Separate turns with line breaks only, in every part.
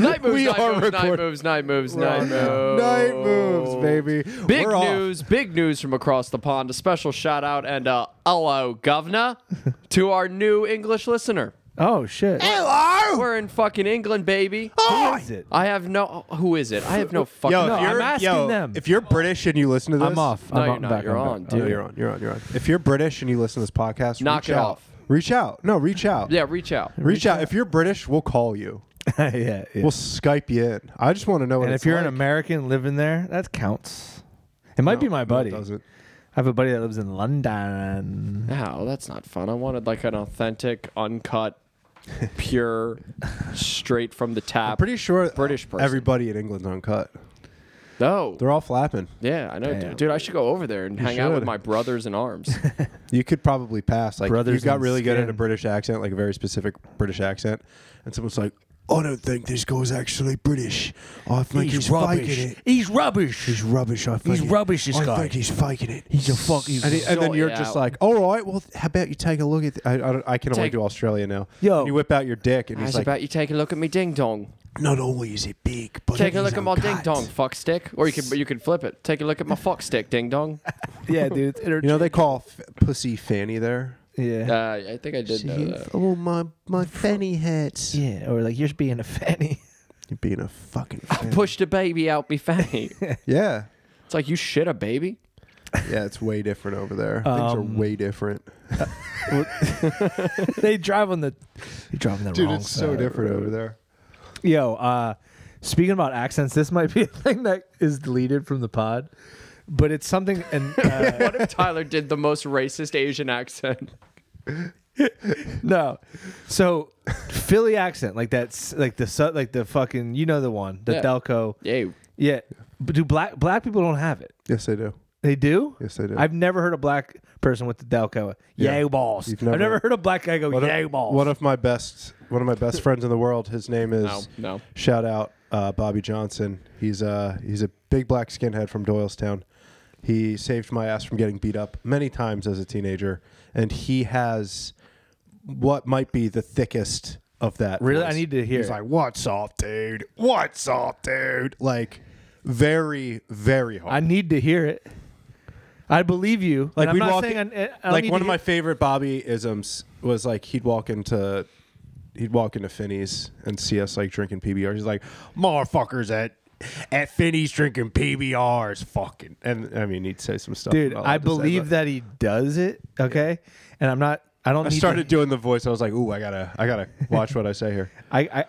Night moves,
We
night,
are
moves night
recording.
moves, night moves,
We're
night
on
moves,
night moves, baby.
Big
We're off.
news, big news from across the pond. A special shout out and a hello, governor, to our new English listener.
Oh shit.
Hello.
We're in fucking England, baby.
Who is it?
I have no. Who is it? I have no fucking.
Oh. Yo,
No,
if you're,
I'm asking
yo,
them.
If you're British and you listen to this,
I'm off.
No,
I'm
you're
on-
not.
back.
You're
I'm
on,
back.
dude.
No, you're on. You're on. You're on. If you're British and you listen to this podcast,
Knock
reach
it
out.
off.
Reach out. No, reach out.
Yeah, reach out.
Reach out. If you're British, we'll call you.
yeah. yeah.
We'll Skype you in. I just want to know what
and
it's
if you're an
like.
American living there, that counts. It might
No,
be my
no,
buddy.
It doesn't.
I have a buddy that lives in London.
No, that's not fun. I wanted like an authentic, uncut, pure, straight from the tap.
Pretty sure
British person.
everybody in England's uncut.
no.
They're all flapping.
Yeah, I know,
Damn.
dude. I should go over there and hang out with
should.
my brothers in arms.
You could probably pass. Like you
Brothers
got
in
really good at a
skin.
British accent, like a very specific British accent, and someone's like, "I don't think this guy's actually British. I think he's, faking it.
He's rubbish.
He's rubbish. I think
He's
it-
rubbish, this
I
guy.
think he's faking it."
He's a fucking.
and, he- and then
Sort
you're
it
just
out.
like, all right, well, how about you take a look at? I, I, don't- I can only
Take-
do Australia now.
Yo.
And you whip out your dick, and
How's
he's like,
about you take a look at me ding dong?
not only is it big, but
Take
it
a
is
look at my ding
uncut."
dong, fuck stick. Or you could you could flip it. Take a look at my fuck stick, ding dong.
yeah, dude.
You know they call f- pussy fanny there.
Uh,
yeah.
I think I did uh, know that.
oh my my fanny hurts.
yeah, or like you're just being a fanny.
You're being a fucking.
I
Fanny.
pushed a baby out me fanny.
Yeah.
it's like you shit a baby.
Yeah, it's way different over there. Things are
Um,
way different.
they drive on the. They drive on the
Dude,
wrong
it's so
side.
different over there.
Yo, uh, speaking about accents, this might be a thing that is deleted from the pod, but it's something. And uh,
What if Tyler did the most racist Asian accent?
no, so Philly accent, like that's like the su- like the fucking you know the one the
Yeah.
Delco.
Ew.
Yeah, but do black black people don't have it?
Yes, I do.
They do.
Yes, they do.
I've never heard a black person with the Delco.
Yeah.
Yeah. balls.
You've
I've
never-
never heard a black guy go
One of-
yay balls.
One of my best, one of my best friends in the world. His name is
No, no.
shout out uh, Bobby Johnson. He's a he's a big black skinhead from Doylestown. He saved my ass from getting beat up many times as a teenager, and he has what might be the thickest of that.
Really?
voice.
I need to hear
He's
it.
like, "What's up, dude? What's up, dude?" Like, very, very hard.
I need to hear it. I believe you.
Like
And I'm
we'd
not
walk
saying
in-
I- I don't
like
need
one
to
of my
hear-
favorite Bobby isms was like he'd walk into he'd walk into Finney's and see us like drinking PBRs. He's like, motherfuckers at at Finney's drinking PBRs, fucking. And I mean, he'd say some stuff,
dude.
I'm not
I
allowed to say,
believe
but-
that he does it. Okay, and I'm not. I don't.
I
need to-
started doing the voice. I was like, ooh, I gotta, I gotta watch what I say here.
I I.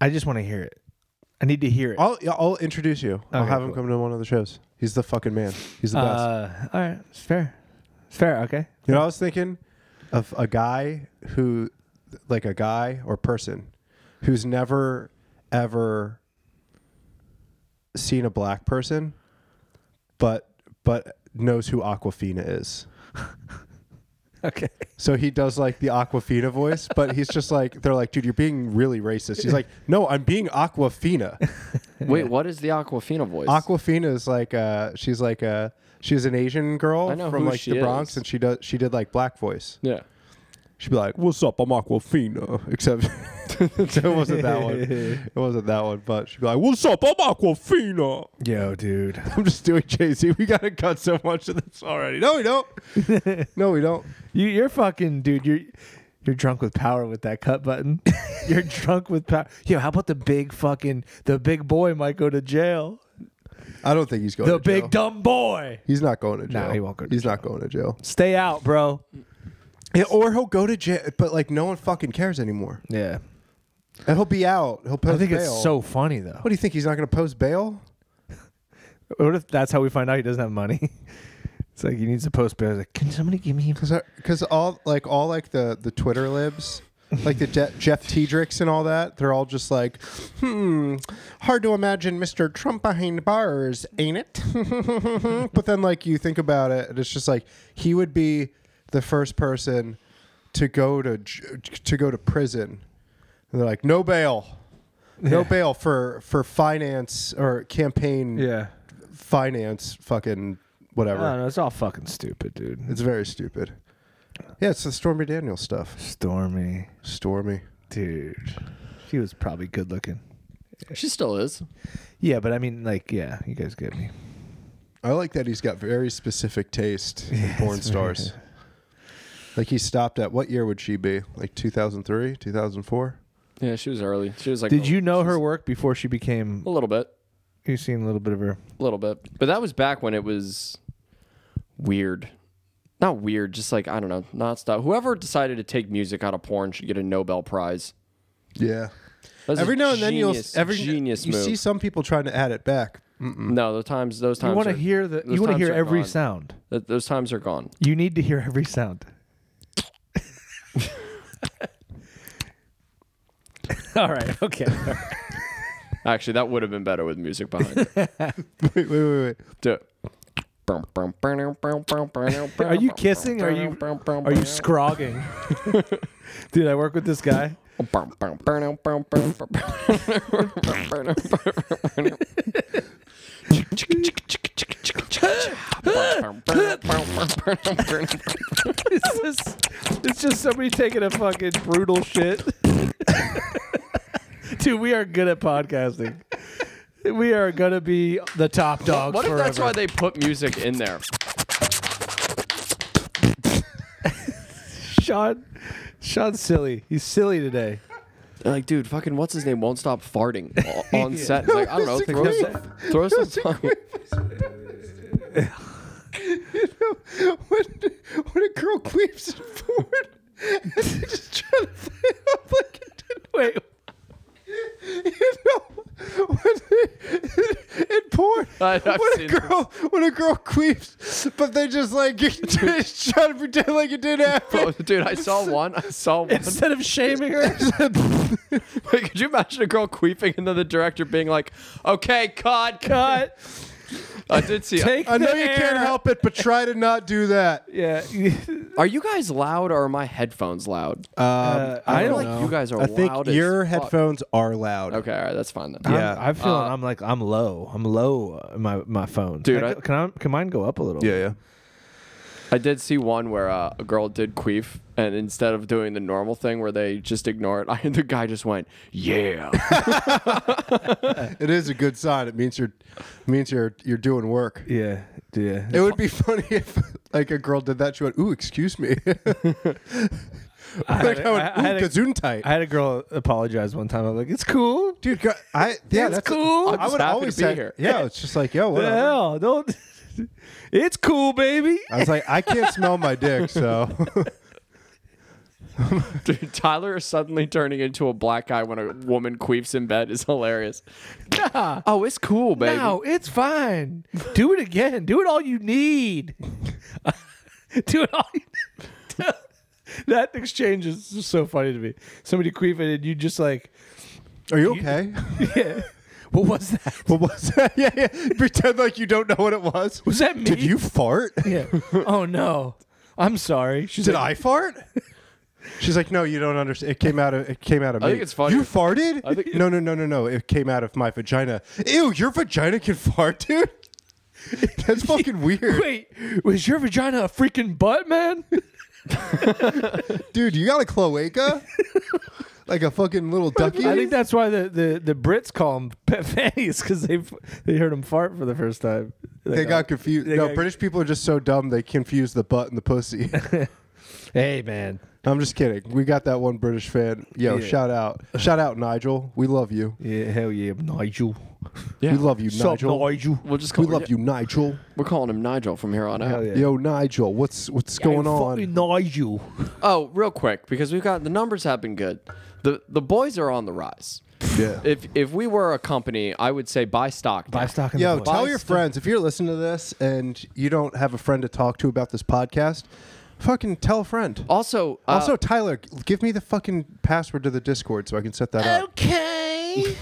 I just want to hear it. I need to hear it.
I'll, I'll introduce you. I'll
Okay,
have him
cool.
come to one of the shows. He's the fucking man. He's the best.
Uh, all right, it's fair. It's fair. Okay.
You know, I was thinking of a guy who, like a guy or person, who's never ever seen a black person, but but knows who Aquafina is.
Okay.
So he does like the Aquafina voice, but he's just like they're like, dude, you're being really racist. He's like, no, I'm being Aquafina.
Wait, what is the Aquafina voice?
Aquafina is like uh she's like uh she's an Asian girl
I know
from
who
like
she
the Bronx
is.
and she does she did like black voice.
yeah.
She'd be like, "What's up? I'm Aquafina." Except it wasn't that one. It wasn't that one. But she'd be like, "What's up? I'm Aquafina."
Yo, dude.
I'm just doing Jay Z. We gotta cut so much of this already. No, we don't. no, we don't.
You, you're fucking, dude. You're you're drunk with power with that cut button. you're drunk with power. Yo, how about the big fucking the big boy might go to jail.
I don't think he's going.
the
to
big
Jail.
dumb boy.
he's not going to
No,
jail.
he won't go to
he's not going to jail.
Stay out, bro.
Yeah, or he'll go to jail, but like no one fucking cares anymore.
Yeah.
And he'll be out. He'll post
I think
bail.
it's so funny though.
What do you think? He's not gonna post bail?
What if that's how we find out he doesn't have money? It's like he needs to post bail. He's Like, can somebody give me?
Cause, I- cause all like all like the the Twitter libs, like the Je- Jeff Tiedricks and all that, they're all just like, hmm, hard to imagine Mr. Trump behind bars, ain't it? but then like you think about it, and it's just like he would be the first person to go to j- to go to prison. And they're like, no bail, no
Yeah.
bail for for finance or campaign finance, fucking whatever.
No, no, it's all fucking stupid, dude.
It's very stupid. Yeah, it's the Stormy Daniels stuff.
Stormy,
Stormy.
dude. She was probably good looking.
She still is.
Yeah, but I mean, like, yeah, you guys get me.
I like that he's got very specific taste in porn stars. Like he stopped at what year would she be? Like 2003, 2004?
Yeah, she was early. She was like. oh,
Did
a-
you know
she's-
her work before she became?
A little bit,
You seen a little bit of her.
a little bit, but that was back when it was weird. Not weird, just like I don't know, nonstop. Whoever decided to take music out of porn should get a Nobel Prize.
Yeah.
That was a
Every now and then you'll
genius-
every
genius
you
move.
see some people trying to add it back.
no, those times those times
you want
are-
to hear the.
those
You want to
times
hear
are
every
gone.
sound.
Th- those times are gone.
You need to hear every sound. All right. Okay.
Actually, that would have been better with music behind. it.
Wait, wait, wait, wait.
Do it.
Are you kissing? Or are you are you scrogging? Dude, I work with this guy. It's just, it's just somebody taking a fucking brutal shit. Dude, we are good at podcasting. We are gonna be the top dog.
What if
forever.
that's why they put music in there?
Sean? Sean's silly. He's silly today.
They're like, dude, fucking what's his name won't stop farting o- on set. It's like, I don't know,
That's a
throw
great-
some, throw some song.
when, when a girl queeps in porn, and they just try to play it off like it didn't.
Wait,
You know, when they, in porn,
I- I've
when a
seen
girl when a girl queeps, but they just like just try to pretend like it didn't
Oh,
happen.
dude, I saw one. I saw one.
instead of shaming her,
Wait, could you imagine a girl queefing and then the director being like, okay, cut, cut. I did see. uh,
take
I know
the
you can't
air.
help it, but try to not do that.
Yeah,
Are you guys loud or are my headphones loud?
Um,
Uh, I I don't
feel like know. you guys are
I think
loud as
your
fuck.
headphones are loud.
Okay, all right, that's fine then.
Yeah. uh,
I'm, I'm feeling. I'm like I'm low. I'm low. uh, My my phone,
Dude,
Can I,
I-
go- can I can mine go up a little?
Yeah, yeah.
I did see one where uh, a girl did queef, and instead of doing the normal thing where they just ignore it, I, the guy just went, "Yeah."
It is a good sign. It means you're means you're you're doing work.
yeah, yeah.
It would be funny if like a girl did that. She went, "Ooh, excuse me."
I,
like
had
I
a-
went,
I had
"Ooh,
a-
gesundheit."
I had a girl apologize one time. I'm like, it's cool.
Dude, go- I yeah,
It's
that's
cool.
I'm
I
just
would
happy
always
to be
say,
here.
yeah, it's just like, yo,
What the
whatever.
hell? Don't. it's cool, baby.
I was like, I can't smell my dick, so
Dude, Tyler is suddenly turning into a black guy when a woman queefs in bed is hilarious.
Nah,
Oh, it's cool, baby.
no, it's fine. Do it again. Do it all you need. Do it all. You that exchange is just so funny to me. Somebody queefing and you just like,
are you okay?
yeah. What was that?
what was that? Yeah, yeah. Pretend like you don't know what it was.
Was that me?
Did you fart?
Yeah. Oh no. I'm sorry. She's
Did
like,
I fart? She's like, no, you don't understand. It came out of it came out of
I
me.
think it's funny.
You farted?
I think-
no, no, no, no, no. It came out of my vagina. Ew, your vagina can fart, dude. That's fucking weird,
Wait, was your vagina a freaking butt, man?
dude. You got a cloaca? like a fucking little ducky?
I think that's why the, the, the Brits call them pet fannies because they they heard them fart for the first time.
They got confused.
They
no,
got-
British people are just so dumb they confuse the butt and the pussy.
Hey, man.
I'm just kidding. We got that one British fan. Yo,
Yeah.
shout out, shout out, Nigel. We love you.
Yeah, hell yeah, Nigel.
Yeah.
We love you,
Sup,
Nigel.
Nigel.
We'll just call
We love you, Nigel.
We're calling him Nigel from here on out.
Hell yeah.
Yo, Nigel, what's what's going
Fucking
on?
Nigel.
Oh, real quick, because we've got the numbers have been good. The the boys are on the rise.
Yeah.
If if we were a company, I would say buy stock.
Buy
now.
stock in
Yo,
the boys.
tell your friends if you're listening to this and you don't have a friend to talk to about this podcast, fucking tell a friend.
Also, uh,
Also, Tyler, give me the fucking password to the Discord so I can set that up.
Okay.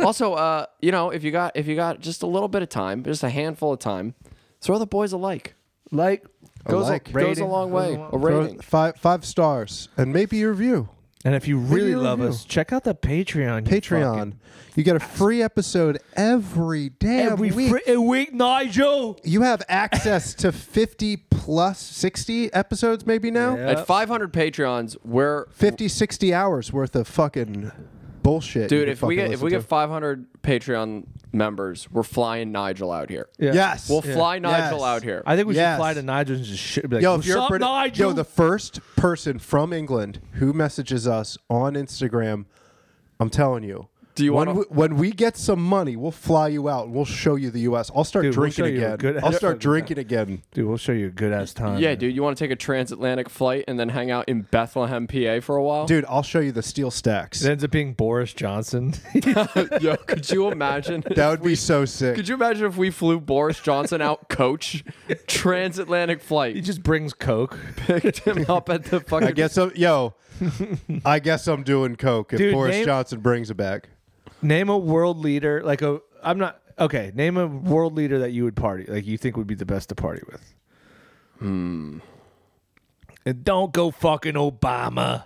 also, uh, you know, if you got if you got just a little bit of time, just a handful of time, throw the boys a like.
like,
Goes
like.
goes
Rating.
a long
Goes
way.
a long-
A
Throw
rating.
Five five stars and maybe a review.
and if you really
a
love
review.
us, check out the Patreon. you
Patreon.
fucking-
You get a free episode every damn
Every
week.
fri- week, Nigel.
you have access to 50 plus 60 episodes maybe now.
Yeah.
At 500 Patreons, we're
50 60 hours worth of fucking bullshit. you
Dude,
could
if we
fucking
get if
listen
we
to.
get 500 Patreon members, we're flying Nigel out here.
Yeah.
yes,
We'll
Yeah.
fly Nigel
Yes.
out here.
I think we should
Yes.
fly to Nigel and just shit. Be like,
Yo, if
"What's
you're a
up,
Brit-
Nigel?"
yo, the first person from England who messages us on Instagram, I'm telling you.
Do you
when,
wanna-
we, when we get some money, we'll fly you out. and We'll show you the U.S. I'll start
Dude, we'll
drinking
show you a
again.
good
I'll
ass-
start drinking again.
dude, we'll show you a good ass time.
yeah,
man.
dude, you want to take a transatlantic flight and then hang out in Bethlehem, PA for a while?
Dude, I'll show you the steel stacks.
It ends up being Boris Johnson.
Yo, could you imagine?
That would be so sick.
Could you imagine if we flew Boris Johnson out coach transatlantic
he
flight,
just brings Coke.
picked him up at the fucking
I guess I'm, yo, I guess I'm doing coke if
Dude,
Boris
name-
Johnson brings it back.
Name a world leader. Like a, I'm not okay. Name a world leader that you would party like you think would be the best to party with. Hmm.
Hmm.
And don't go fucking Obama.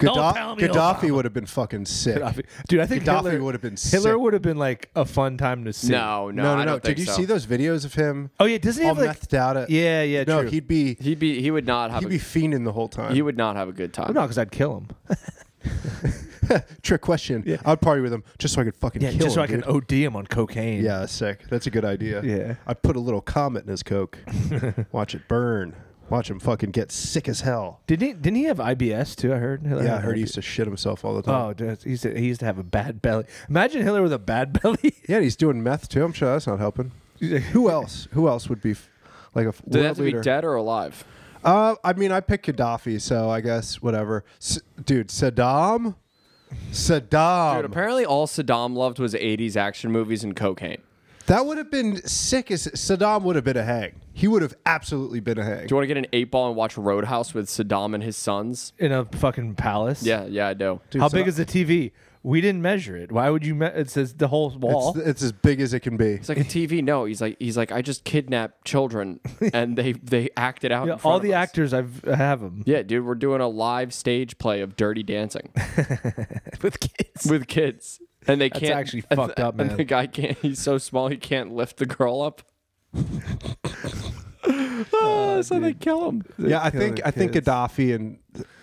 Don't
Gadda-
tell me
Gaddafi
Obama.
would have been fucking sick.
Gaddafi. Dude, I think
Gaddafi
Hitler
would have been
Hitler
sick.
would Oh, have been like a fun time to see.
No, no,
No,
I
no, no.
don't think
Did you
so.
see those videos of him
Oh yeah, doesn't he
all
have like?
methed out? At,
Yeah, yeah.
no,
true.
he'd be
He'd be he would not have
he'd
a,
be fiending the whole time.
he would not have a good time.
No, because I'd kill him.
Trick question. I'd party with him just so I could fucking
Yeah,
kill
just so
him.
I can
dude.
OD him on cocaine.
Yeah, that's sick. That's a good idea.
Yeah.
I put a little comet in his coke. Watch it burn. Watch him fucking get sick as hell.
Didn't he? Didn't he have IBS too? I heard. Hitler
Yeah, I
had
heard he
IBS.
used to shit himself all the time.
Oh, dude, he used to, he used to have a bad belly. Imagine Hitler with a bad belly.
Yeah, and he's doing meth too. I'm sure that's not helping. Who else? Who else would be f- like a f-
Did they
world
have to
leader?
be dead or alive?
Uh, I mean, I picked Gaddafi, so I guess whatever. S- dude, Saddam, Saddam.
Dude, apparently all Saddam loved was 80s action movies and cocaine.
that would have been sick. As Saddam would have been a hang. He would have absolutely been a hang.
Do you want to get an eight ball and watch Roadhouse with Saddam and his sons?
in a fucking palace.
Yeah, yeah, I do.
Dude,
How
Saddam-
big is the TV? We didn't measure it. Why would you? Me- it says the whole wall.
It's, it's as big as it can be.
It's like a TV. No, he's like he's like I just kidnapped children and they they acted out.
Yeah,
in front
all
of
the
us.
actors I've I have them
Yeah, dude, we're doing a live stage play of Dirty Dancing
with kids.
with kids, and they can't
actually
and
fucked
the-
up, man.
And the guy can't. He's so small he can't lift the girl up. Ah, so they kill him.
Yeah, I think I think
kids.
Gaddafi and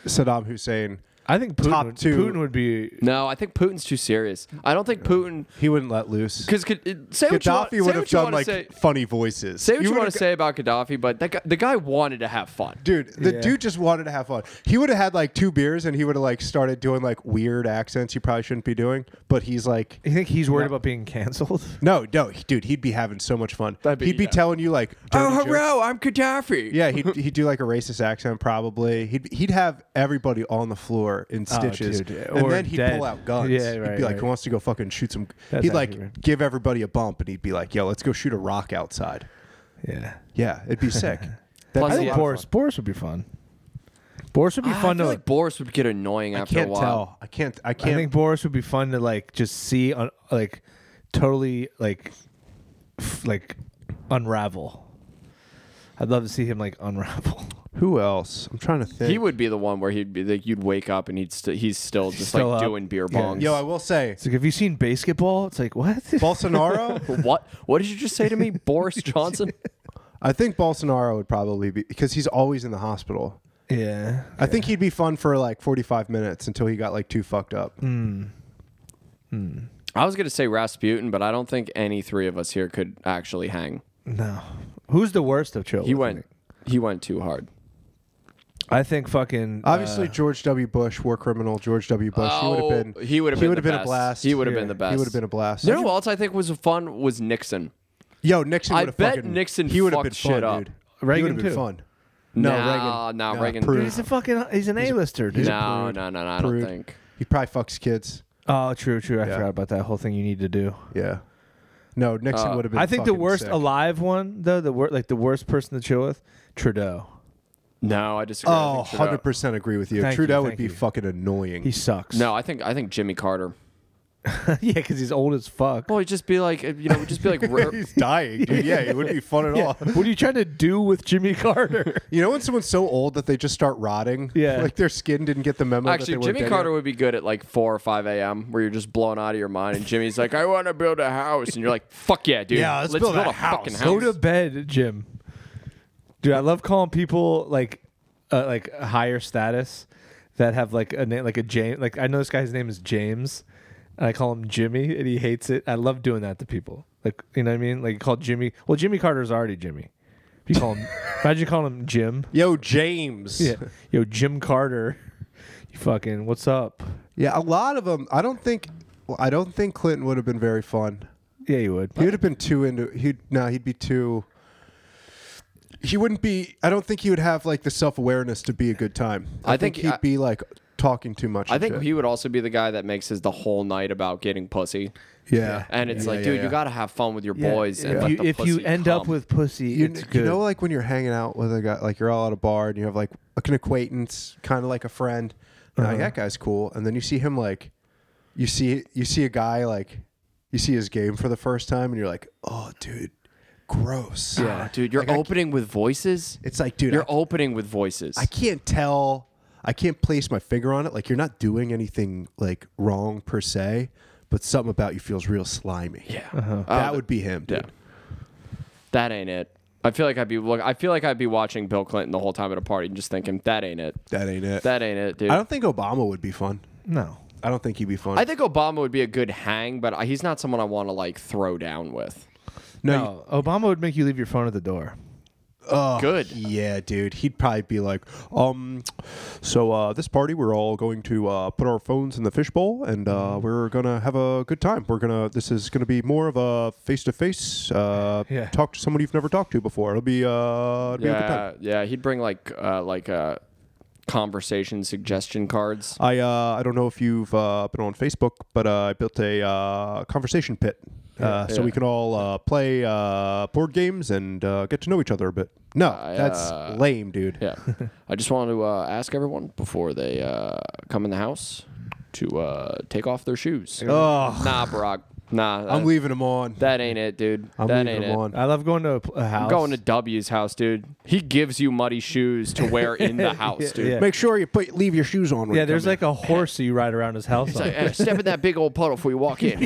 Saddam Hussein.
I think Putin.
Top
would,
two.
Putin would be.
No, I think Putin's too serious. I don't think Putin
He wouldn't let loose.
because say what you want,
Gaddafi would
say
have
what you
done
wanna
like
say,
funny voices.
say what
He
you
would've
want to
go-
say about Gaddafi, but that guy, the guy wanted to have fun.
Dude, the
Yeah.
dude just wanted to have fun. He would have had like two beers and he would have like started doing like weird accents you probably shouldn't be doing. But he's like,
You think he's worried about being canceled?
no, no, he- dude, he'd be having so much fun.
That'd be-
he'd be
yeah.
telling you like, dirty jokes.
Oh, I'm Gaddafi.
Yeah, he'd, he'd do like a racist accent probably. He'd, he'd have everybody on the floor in stitches.
Oh, dude, yeah,
and
or
then he'd
dead.
pull out guns.
Yeah,
he'd
right,
be like,
right.
who wants to go fucking shoot some?
That's
he'd like
actually right.
give everybody a bump and he'd be like, yo, let's go shoot a rock outside.
Yeah.
Yeah, it'd be sick.
Plus
That'd
I
be a
think
lot of
Boris.
fun.
Boris would be fun. Boris would be
Ah, I
fun to
feel like Boris would get annoying
I
after
can't
a while.
tell. Oh, I can't. I
I
can't.
think Boris would be fun to like just see on like totally like f- like unravel. I'd love to see him like unravel.
Who else? I'm trying to think.
He would be the one where he'd be like, you'd wake up and he'd st- he's still just
Still
like
up.
doing beer
Yeah.
bongs.
Yo, I will say,
It's like, have you seen basketball? It's like what?
Bolsonaro.
what? What did you just say to me, Boris Johnson?
I think Bolsonaro would probably be because he's always in the hospital.
yeah.
I think he'd be fun for like 45 minutes until he got like too fucked up.
Mm.
I was gonna say Rasputin, but I don't think any three of us here could actually hang.
No. Who's the worst of chill?
He went, he went too hard.
I think fucking
Obviously,
uh,
George W. Bush, war criminal George W. Bush. he would have been.
Oh, He would have
He
been.
would
the
have been a
best.
blast.
He would have
Yeah.
been the best.
He would have been a blast.
You know who else I think was fun was Nixon.
Yo, Nixon.
I
would have
bet
fucking,
Nixon
He would have been
fucked
fun,
shit up.
dude. he
Reagan,
would have been
too.
fun. No,
Nah,
Reagan.
nah,
Nah,
Reagan.
prove.
Dude, he's a fucking he's an A-lister, dude.
No, no, no, no. I don't
Prude.
think.
He probably fucks kids.
Oh, true, true. I
Yeah.
forgot about that whole thing you need to do.
Yeah. No, Nixon
Uh,
would have been.
I think the
fucking
worst
sick.
alive one though, the wor- like the worst person to chill with, Trudeau.
No, I disagree. I
Oh,
think Trudeau-
100% agree with you.
Thank you,
Trudeau would
thank
be
you.
fucking annoying.
He sucks.
No, I think I think Jimmy Carter.
yeah, because he's old as fuck.
Well, he'd just be like, you know, just be like.
He's dying, dude. Yeah, it wouldn't be fun at all.
what are you trying to do with Jimmy Carter?
You know when someone's so old that they just start rotting?
Yeah.
Like their skin didn't get the memo. that
Actually,
they were
Jimmy
dead
Carter
yet.
would be good at like 4 or 5 a.m., where you're just blown out of your mind, and Jimmy's like, I want to build a house. And you're like, fuck yeah, dude.
Yeah, let's build a house.
fucking house.
Go to bed, Jim. Dude, I love calling people like uh, like higher status that have like a name like a James. Like I know this guy's name is James, and I call him Jimmy, and he hates it. I love doing that to people. Like you know what I mean? Like you call Jimmy. Well, Jimmy Carter's already Jimmy. If you call him, imagine calling him Jim.
Yo, James.
Yeah, yo, Jim Carter. You fucking what's up?
Yeah, a lot of them. I don't think. Well, I don't think Clinton would have been very fun.
Yeah, you would.
He would have been too into. He'd no. He'd be too. He wouldn't be. I don't think he would have like the self awareness to be a good time.
I think-
he'd
I-
be like talking too much.
I
and
think
shit.
he would also be the guy that makes his the whole night about getting pussy.
Yeah.
And it's
Yeah,
like,
yeah,
dude,
yeah.
you got to have fun with your
Yeah,
boys. And
if
let
you,
the
if you
pussy
end up
come.
with pussy,
You,
it's
kn-
good.
you know, like when you're hanging out with a guy, like you're all at a bar and you have like an acquaintance, kind of like a friend. and you're like, that guy's cool, and then you see him like, you see you see a guy like, you see his game for the first time, and you're like, oh, dude, gross.
Ah, dude, you're
Like, I-
opening with voices.
It's like, dude,
You're
I,
opening with voices.
I can't tell. I can't place my finger on it. Like you're not doing anything like wrong per se, but something about you feels real slimy.
yeah.
Uh-huh. that would be him, dude.
Uh, That ain't it. I feel like I'd be look. I feel like I'd be watching Bill Clinton the whole time at a party and just thinking that ain't it.
That ain't it.
That ain't it, dude.
I
I,
don't think Obama would be fun.
no.
I don't think he'd be fun.
think Obama would be a good hang, but I- he's not someone I want to like throw down with.
no, oh.
No, Obama would make you leave your phone at the door.
good.
Yeah, dude. He'd probably be like, um, so uh, this party, we're all going to uh, put our phones in the fishbowl and uh,
Mm-hmm.
we're going to have a good time. We're going to, this is going to be more of a face to face, uh,
Yeah.
talk to someone you've never talked to before. It'll be, uh, it'll be a good time.
yeah, yeah. He'd bring like uh, like uh, conversation suggestion cards.
I, uh, I don't know if you've uh, been on Facebook, but uh, I built a uh, conversation pit. Uh, so
yeah.
we can all uh, play uh, board games and uh, get to know each other a bit. No, that's
uh,
lame, dude.
Yeah. I just wanted to uh, ask everyone before they uh, come in the house to uh, take off their shoes.
Ugh.
Nah, Brock. Nah.
I'm
that-
leaving them on.
That ain't it, dude.
I'm
that
leaving
ain't
them
it.
on.
I love going to a, pl- a house.
I'm going to W's house, dude. He gives you muddy shoes to wear in the house, dude.
yeah.
Make sure you put leave your shoes on. When
yeah,
you
there's
come
like a horse that you ride around his house
It's
on.
like, eh, step in that big old puddle before you walk in.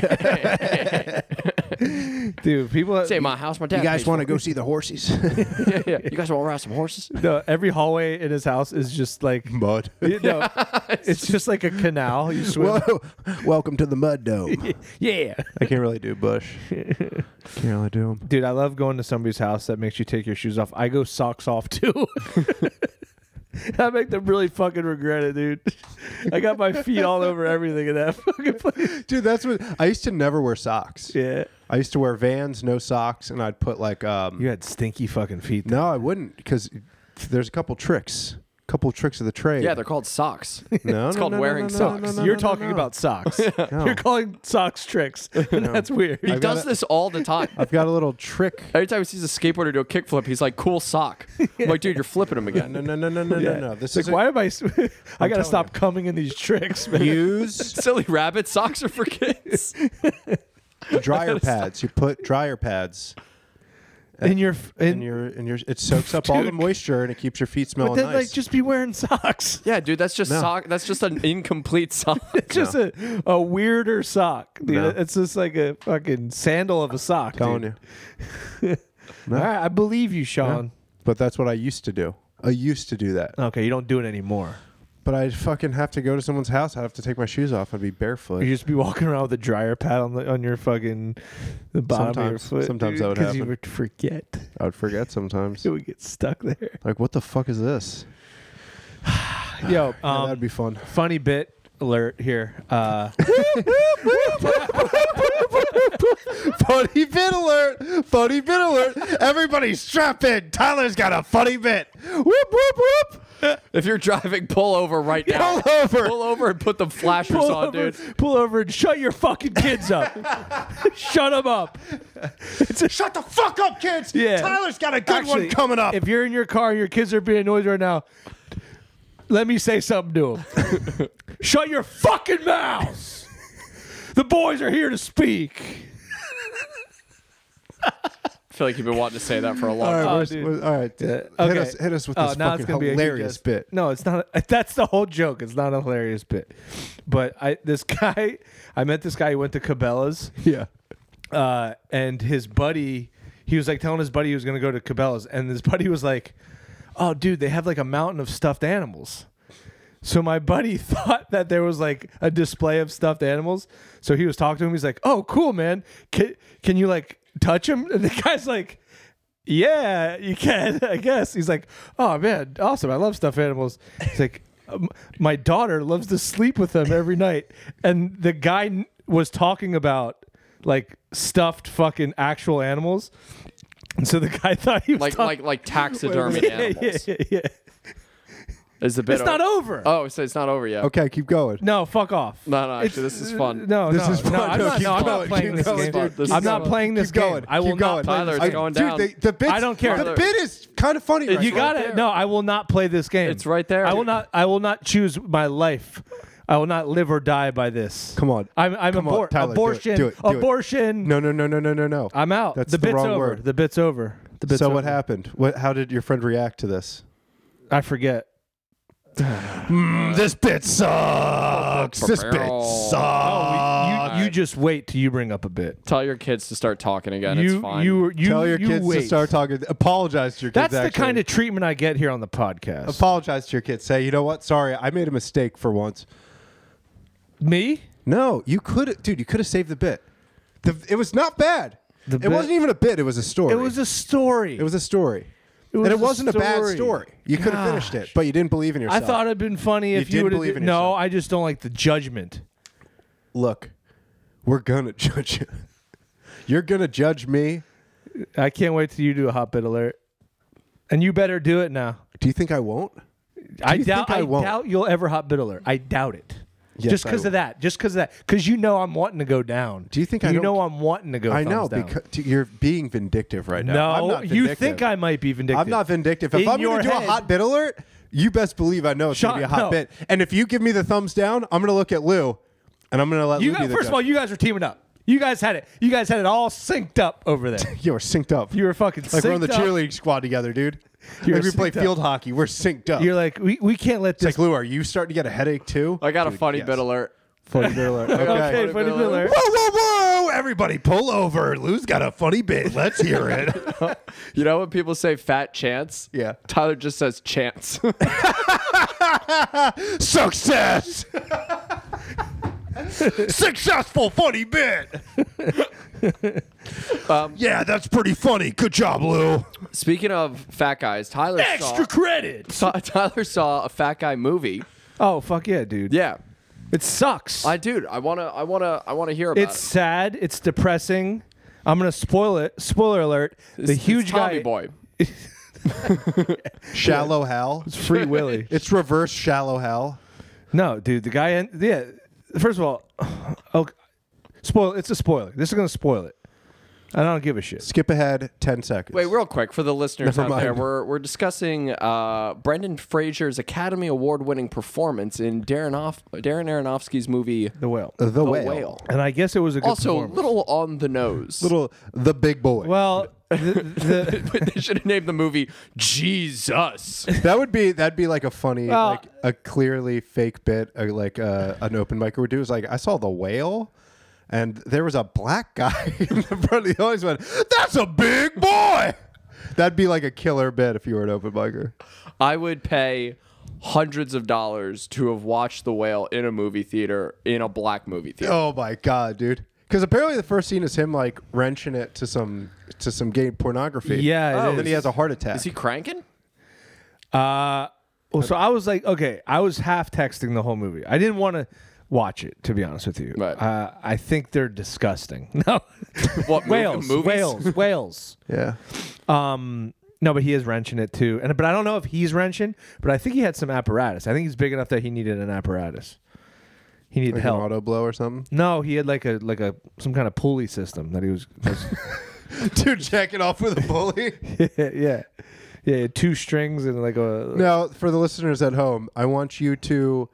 Dude, people
eh. Say my house, my dad.
in. you guys
pays
want to go see the horses?
for it. yeah, yeah. You guys want to ride some horses?
no, every hallway in his house is just like
Mud.
you know, it's just like a canal. You swim.
Whoa, welcome to the mud dome.
Yeah.
I can't really do bush. Can't really do them.
Dude, I love going to somebody's house that makes you take your shoes off. I go socks off too. I make them really fucking regret it, dude. I got my feet all over everything in that fucking place.
Dude, that's what I used to never wear socks.
Yeah.
I used to wear Vans, no socks, and I'd put like um.
You had stinky fucking feet.
No, I wouldn't because there's a couple tricks. Couple tricks of the trade.
Yeah, they're called socks.
no,
it's
no,
called
no, no,
wearing
no, no,
socks.
no, no,
You're
no,
talking
no.
about socks.
No.
You're calling socks tricks. And That's weird.
He
I've got
does
a-
this all the time.
I've got a little trick.
Every time he sees a skateboarder do a kickflip, he's like, "Cool sock." I'm like, dude, you're flipping him
No,
again.
no, no, no, no,
Yeah.
no, no. This
like,
is a-
why am I? s- I got to
telling
stop coming in these tricks, man.
use
Silly rabbit socks are for kids.
dryer pads. You put dryer pads.
in your f- in,
and your and your it soaks up all the
Dude.
moisture and it keeps your feet
but
smelling
then
nice.
like just be wearing socks.
Yeah, dude, that's just
No.
sock. That's just an incomplete sock.
It's just a, a weirder sock, dude.
No.
It's just like a fucking sandal of a sock.
telling
dude.
you.
All right, I believe you, Sean.
But that's what I used to do. I used to do that.
Okay, you don't do it anymore.
But I'd fucking have to go to someone's house. I'd have to take my shoes off. I'd be barefoot.
You just be walking around with a dryer pad on the on your fucking the bottom
Sometimes-
of your foot.
sometimes that would
because you
happen.
would forget.
I would forget sometimes.
It would get stuck there.
Like what the fuck is this?
Yo,
Yeah,
um,
that'd be fun.
funny bit alert here. Uh,
funny bit alert! Funny bit alert! Everybody strap in. Tyler's got a funny bit. Whoop whoop whoop!
if you're driving, pull over right now.
Pull over.
Pull over and put the flashers
pull
on,
over,
dude.
pull over and shut your fucking kids up. shut them up.
Shut the fuck up, kids!
Yeah.
Tyler's got a good
Actually,
one coming up.
If you're in your car and your kids are being noisy right now, let me say something to them. Shut your fucking mouths. The boys are here to speak.
I feel like you've been wanting to say that for a long
All
time.
right,
Oh,
where's-
dude.
where's- all right. Hit
Okay.
us, hit us with
Oh,
this
now it's
fucking
gonna be a huge
hilarious
ass-
bit.
No, it's not. That's the whole joke. It's not a hilarious bit. But I, this guy, I met this guy. He went to Cabela's.
Yeah.
uh, and his buddy, he was like telling his buddy he was going to go to Cabela's, and his buddy was like, "Oh, dude, they have like a mountain of stuffed animals." So my buddy thought that there was like a display of stuffed animals. So he was talking to him. He's like, "Oh, cool, man. Can, can you like touch him?" And the guy's like, "Yeah, you can, I guess." He's like, "Oh man, awesome. I love stuffed animals." He's like, um, "My daughter loves to sleep with them every night." And the guy n- was talking about like stuffed fucking actual animals. And so the guy thought he was
Like
talking-
like like taxidermy
yeah,
animals.
Yeah, yeah, yeah.
Is the bit
It's not over.
Oh, so it's not over yet.
Okay, keep going.
No, fuck off.
No, no, actually, this is fun.
No,
This
no,
is fun.
No, I'm
Oh, No,
not,
keep
no, I'm not
going,
playing
keep
this
going,
game.
dude,
keep
I'm not
going.
playing this
Keep
game.
going,
I will
keep
not
going.
play
Tyler,
this
it's
game.
going
Dude,
down.
the, the bit.
I don't care.
The bit is kind of funny. Right
You
now.
right
got
there.
it. No, I will not play this game.
It's right there.
I will not. I will not choose my life. I will not live or die by this.
Come on.
I'm. I'm
Come on,
abor-
Tyler, do it,
abortion.
do it, do it.
abortion.
No, no, no, no, no, no, no.
I'm out.
That's
the,
the
bit's
wrong
over.
word.
The bit's over. The bit's
so
over.
what happened? What? How did your friend react to this?
I forget.
Mm, this bit sucks.
This bit
Uh,
Oh, you, you just wait till you bring up a bit.
Tell your kids to start talking again.
you,
it's fine.
you, you,
Tell your
you
kids
wait.
to start talking. Apologize to your kids.
That's the
actually.
kind of treatment I get here on the podcast.
Apologize to your kids. Say, you know what? Sorry, I made a mistake for once.
Me?
No, you could, dude. You could have saved the bit. The, it was not bad.
The
it
bit-
wasn't even a bit. It was a story.
It was a story.
It was a story.
was
and
a
it wasn't a bad
story.
story. You could have finished it, but you didn't believe in
I
yourself.
thought it'd been funny if
did
you would
believe
have.
in
No,
yourself.
I just don't like the judgment.
look, we're gonna judge you. You're gonna judge me.
I can't wait till you do a hot bit alert, and you better do it now.
Do you think I won't?
I
you
doubt.
think I
I,
won't?
doubt you'll ever hot bit alert. I doubt it.
Yes,
just
I
because
will.
of that. Just because of that. Because you know I'm wanting to go down.
Do you think
you
I don't-
know I'm wanting to go?
I know
thumbs down.
because you're being vindictive right now. I'm
No,
not
you
vindictive.
think I might be vindictive?
I'm not vindictive. If
In
I'm
your
gonna do
head-
a hot bit alert, you best believe I know it's
Sean,
gonna be a hot
no.
bit. And if you give me the thumbs down, I'm gonna look at Lou, and I'm gonna let
You
Lou be
guys,
the
first of all, you guys were teaming up. You guys had it. You guys had it all synced up over there.
you are synced up.
You were fucking
like we're on the
synced up.
cheerleading squad together, dude.
You're
like we play
synced up.
field hockey. We're synced up.
You're like, we, we can't let this
It's like, Lou, are you starting to get a headache too?
I got a
Dude,
funny
yes.
bit alert.
Funny bit alert.
Okay,
Okay.
Funny
Okay, Funny
Bit
Miller.
Whoa, whoa, whoa! Everybody, pull over. Lou's got a funny bit. Let's hear it.
You know when people say fat chance?
Yeah.
Tyler just says chance.
Success. Successful funny bit. yeah, that's pretty funny. Good job, Lou.
Um, Speaking of fat guys, Tyler
Extra credit.
saw, Tyler saw a fat guy movie.
Oh fuck yeah, dude.
Yeah.
It sucks.
I dude, I wanna I wanna I wanna hear about
it's
it.
sad. It's depressing. I'm gonna spoil it. Spoiler alert. the
It's-
huge
it's
guy
Tommy boy.
Shallow Hal.
Free Willy.
It's reverse shallow Hal.
no, dude. The guy. In, yeah. First of all, okay. Spoil. It's a spoiler. This is gonna spoil it. I don't give a shit.
Skip ahead ten seconds.
Wait, real quick for the listeners
Never
out there,
mind.
we're we're discussing uh, Brendan Fraser's Academy Award-winning performance in Darren Off Darren Aronofsky's movie
The whale.
the,
The
whale.
Whale.
And I guess it was a good
Uh, Also,
performance.
little on the nose.
Little the big boy.
Well, the, the,
they should have named the movie Jesus.
that would be that'd be like a funny,
Well-
like a clearly fake bit, uh, like uh, an open micer would do. Is like I saw the whale, and there was a black guy in the front of the audience. Went, that's a big boy. That'd be like a killer bit if you were an open micer.
I would pay hundreds of dollars to have watched The Whale in a movie theater, in a black movie theater.
Oh my god, dude! Because apparently the first scene is him like wrenching it to some to some gay pornography.
yeah. it
and then
is.
he has a heart
Oh,
attack.
Is he cranking?
Uh, well, so I was like, okay, I was half texting the whole movie. I didn't want to watch it, to be honest with you.
Right.
Uh, I think they're disgusting. No,
What
whales,
movies?
whales, whales.
yeah,
Um, no, but he is wrenching it too, and but I don't know if he's wrenching, but I think he had some apparatus. I think he's big enough that he needed an apparatus. He needed
like
help.
an auto blow or something.
no, he had like a like a some kind of pulley system that he was. was-
Dude, jacking off with a bully.
yeah, yeah, he had two strings and like a.
Now, for the listeners at home, I want you to.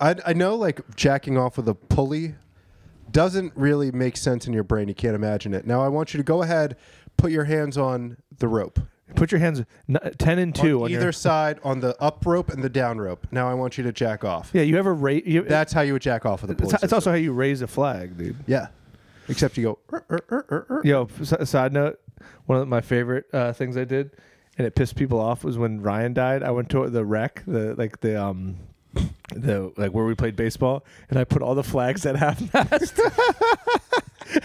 I, I know, like, jacking off with a pulley doesn't really make sense in your brain. You can't imagine it. Now, I want you to go ahead, put your hands on the rope.
Put your hands n- ten and two on,
on either
your.
side, on the up rope and the down rope. Now, I want you to jack off.
Yeah, you ever rate? You,
That's how you would jack off with a pulley.
It's, it's also how you raise a flag, dude.
yeah. Except you go. "Er, er, er, er, er."
Yo, s- side note, one of my favorite uh, things I did, and it pissed people off was when Ryan died. I went to the wreck, the like the um, the like where we played baseball, and I put all the flags at half mast.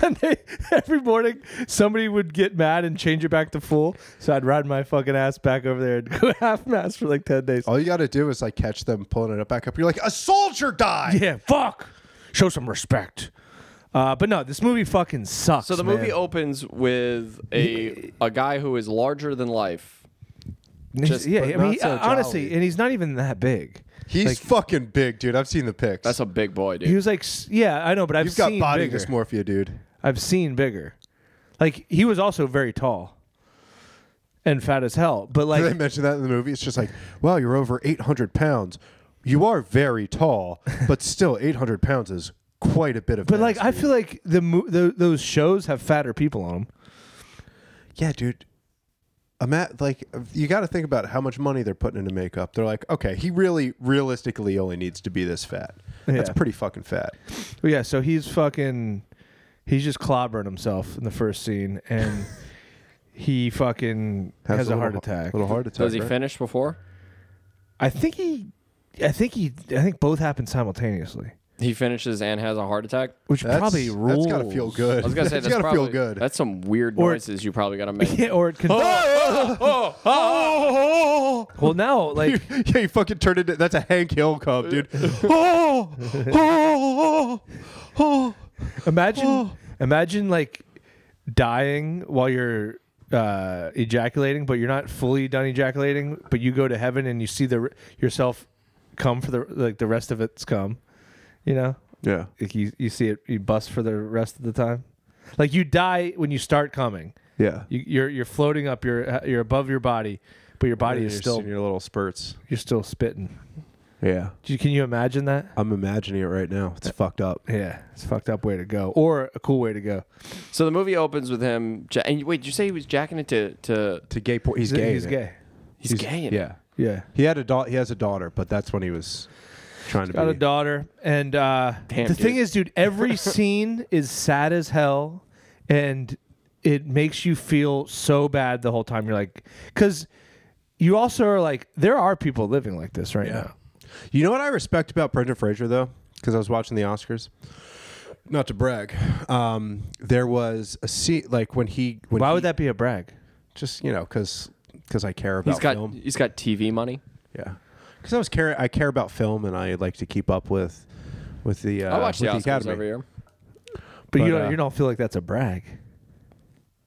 and they, every morning, somebody would get mad and change it back to full. So I'd ride my fucking ass back over there and go half mast for like ten days.
All you got to do is like catch them pulling it up back up. You're like, a soldier died.
Yeah, fuck. Show some respect. Uh, but no, this movie fucking sucks.
So the
man.
movie opens with a a guy who is larger than life.
He's-
just-
yeah,
but
I
not
mean,
so
honestly,
jolly.
and he's not even that big.
He's
Like-
fucking big, dude. I've seen the pics.
That's a big boy, dude.
He was like, s- yeah, I know, but I've
You've got
seen
body
bigger.
dysmorphia, dude.
I've seen bigger. Like he was also very tall and fat as hell. But
Did they
like,
mention that in the movie? It's just like, wow, you're over 800 pounds. You are very tall, but still 800 pounds is quite a bit of.
but like,
mass,
I
dude.
feel like the, mo- tho- those shows have fatter people on them.
yeah, dude. I'm at, like you got to think about how much money they're putting into makeup. They're like, okay, he really, realistically, only needs to be this fat. That's
Yeah.
pretty fucking fat.
But yeah, so he's fucking, he's just clobbering himself in the first scene, and he fucking has, a,
little
heart
ha-
attack.
Little heart attack.
Does he
right?
finish before?
I think he, I think he, I think both happened simultaneously,
He finishes and has a heart attack.
which
That's-
probably rules.
That's gotta feel good.
I was gonna say
that's
that's,
gotta
probably,
feel good.
That's some weird
Or-
noises you probably gotta make.
Yeah, or it can.
oh,
Well, now like
yeah, you fucking turned into that's a Hank Hill cub, dude.
oh, oh, oh. Imagine, imagine like dying while you're uh, ejaculating, but you're not fully done ejaculating. But you go to heaven and you see the yourself come for the like the rest of it's come. You know,
yeah,
like you you see it you bust for the rest of the time. Like you die when you start coming.
yeah.
You, you're you're floating up. You're you're above your body, but your body
You're
is still
seeing your little spurts.
you're still spitting.
Yeah,
Do you- Can you imagine that?
I'm imagining it right now. It's fucked up.
Yeah, it's a fucked up way to go, or a cool way to go.
So the movie opens with him. ja- And wait, did you say he was jacking it to to
To gay porn, he's gay.
He's
man.
gay.
he's, gay? in it.
Yeah,
Yeah,
he had a daughter. He has a daughter, but that's when he was trying to
got a
be.
daughter, and uh,
Damn,
the
dude.
thing is, dude, every scene is sad as hell, and it makes you feel so bad the whole time. You're like, because you also are like, there are people living like this right
Yeah.
now.
You know what I respect about Brendan Fraser though, because I was watching the Oscars. Not to brag, um, there was a scene like when he. When
Why
he,
would that be a brag?
Just you know, because because I care about
He's got
film.
he's got TV money.
Yeah, because I was care. I care about film, and I like to keep up with with the. Uh,
I watch the
with
Oscars
Academy.
every year.
But, you
But,
don't,
uh,
you don't feel like that's a brag.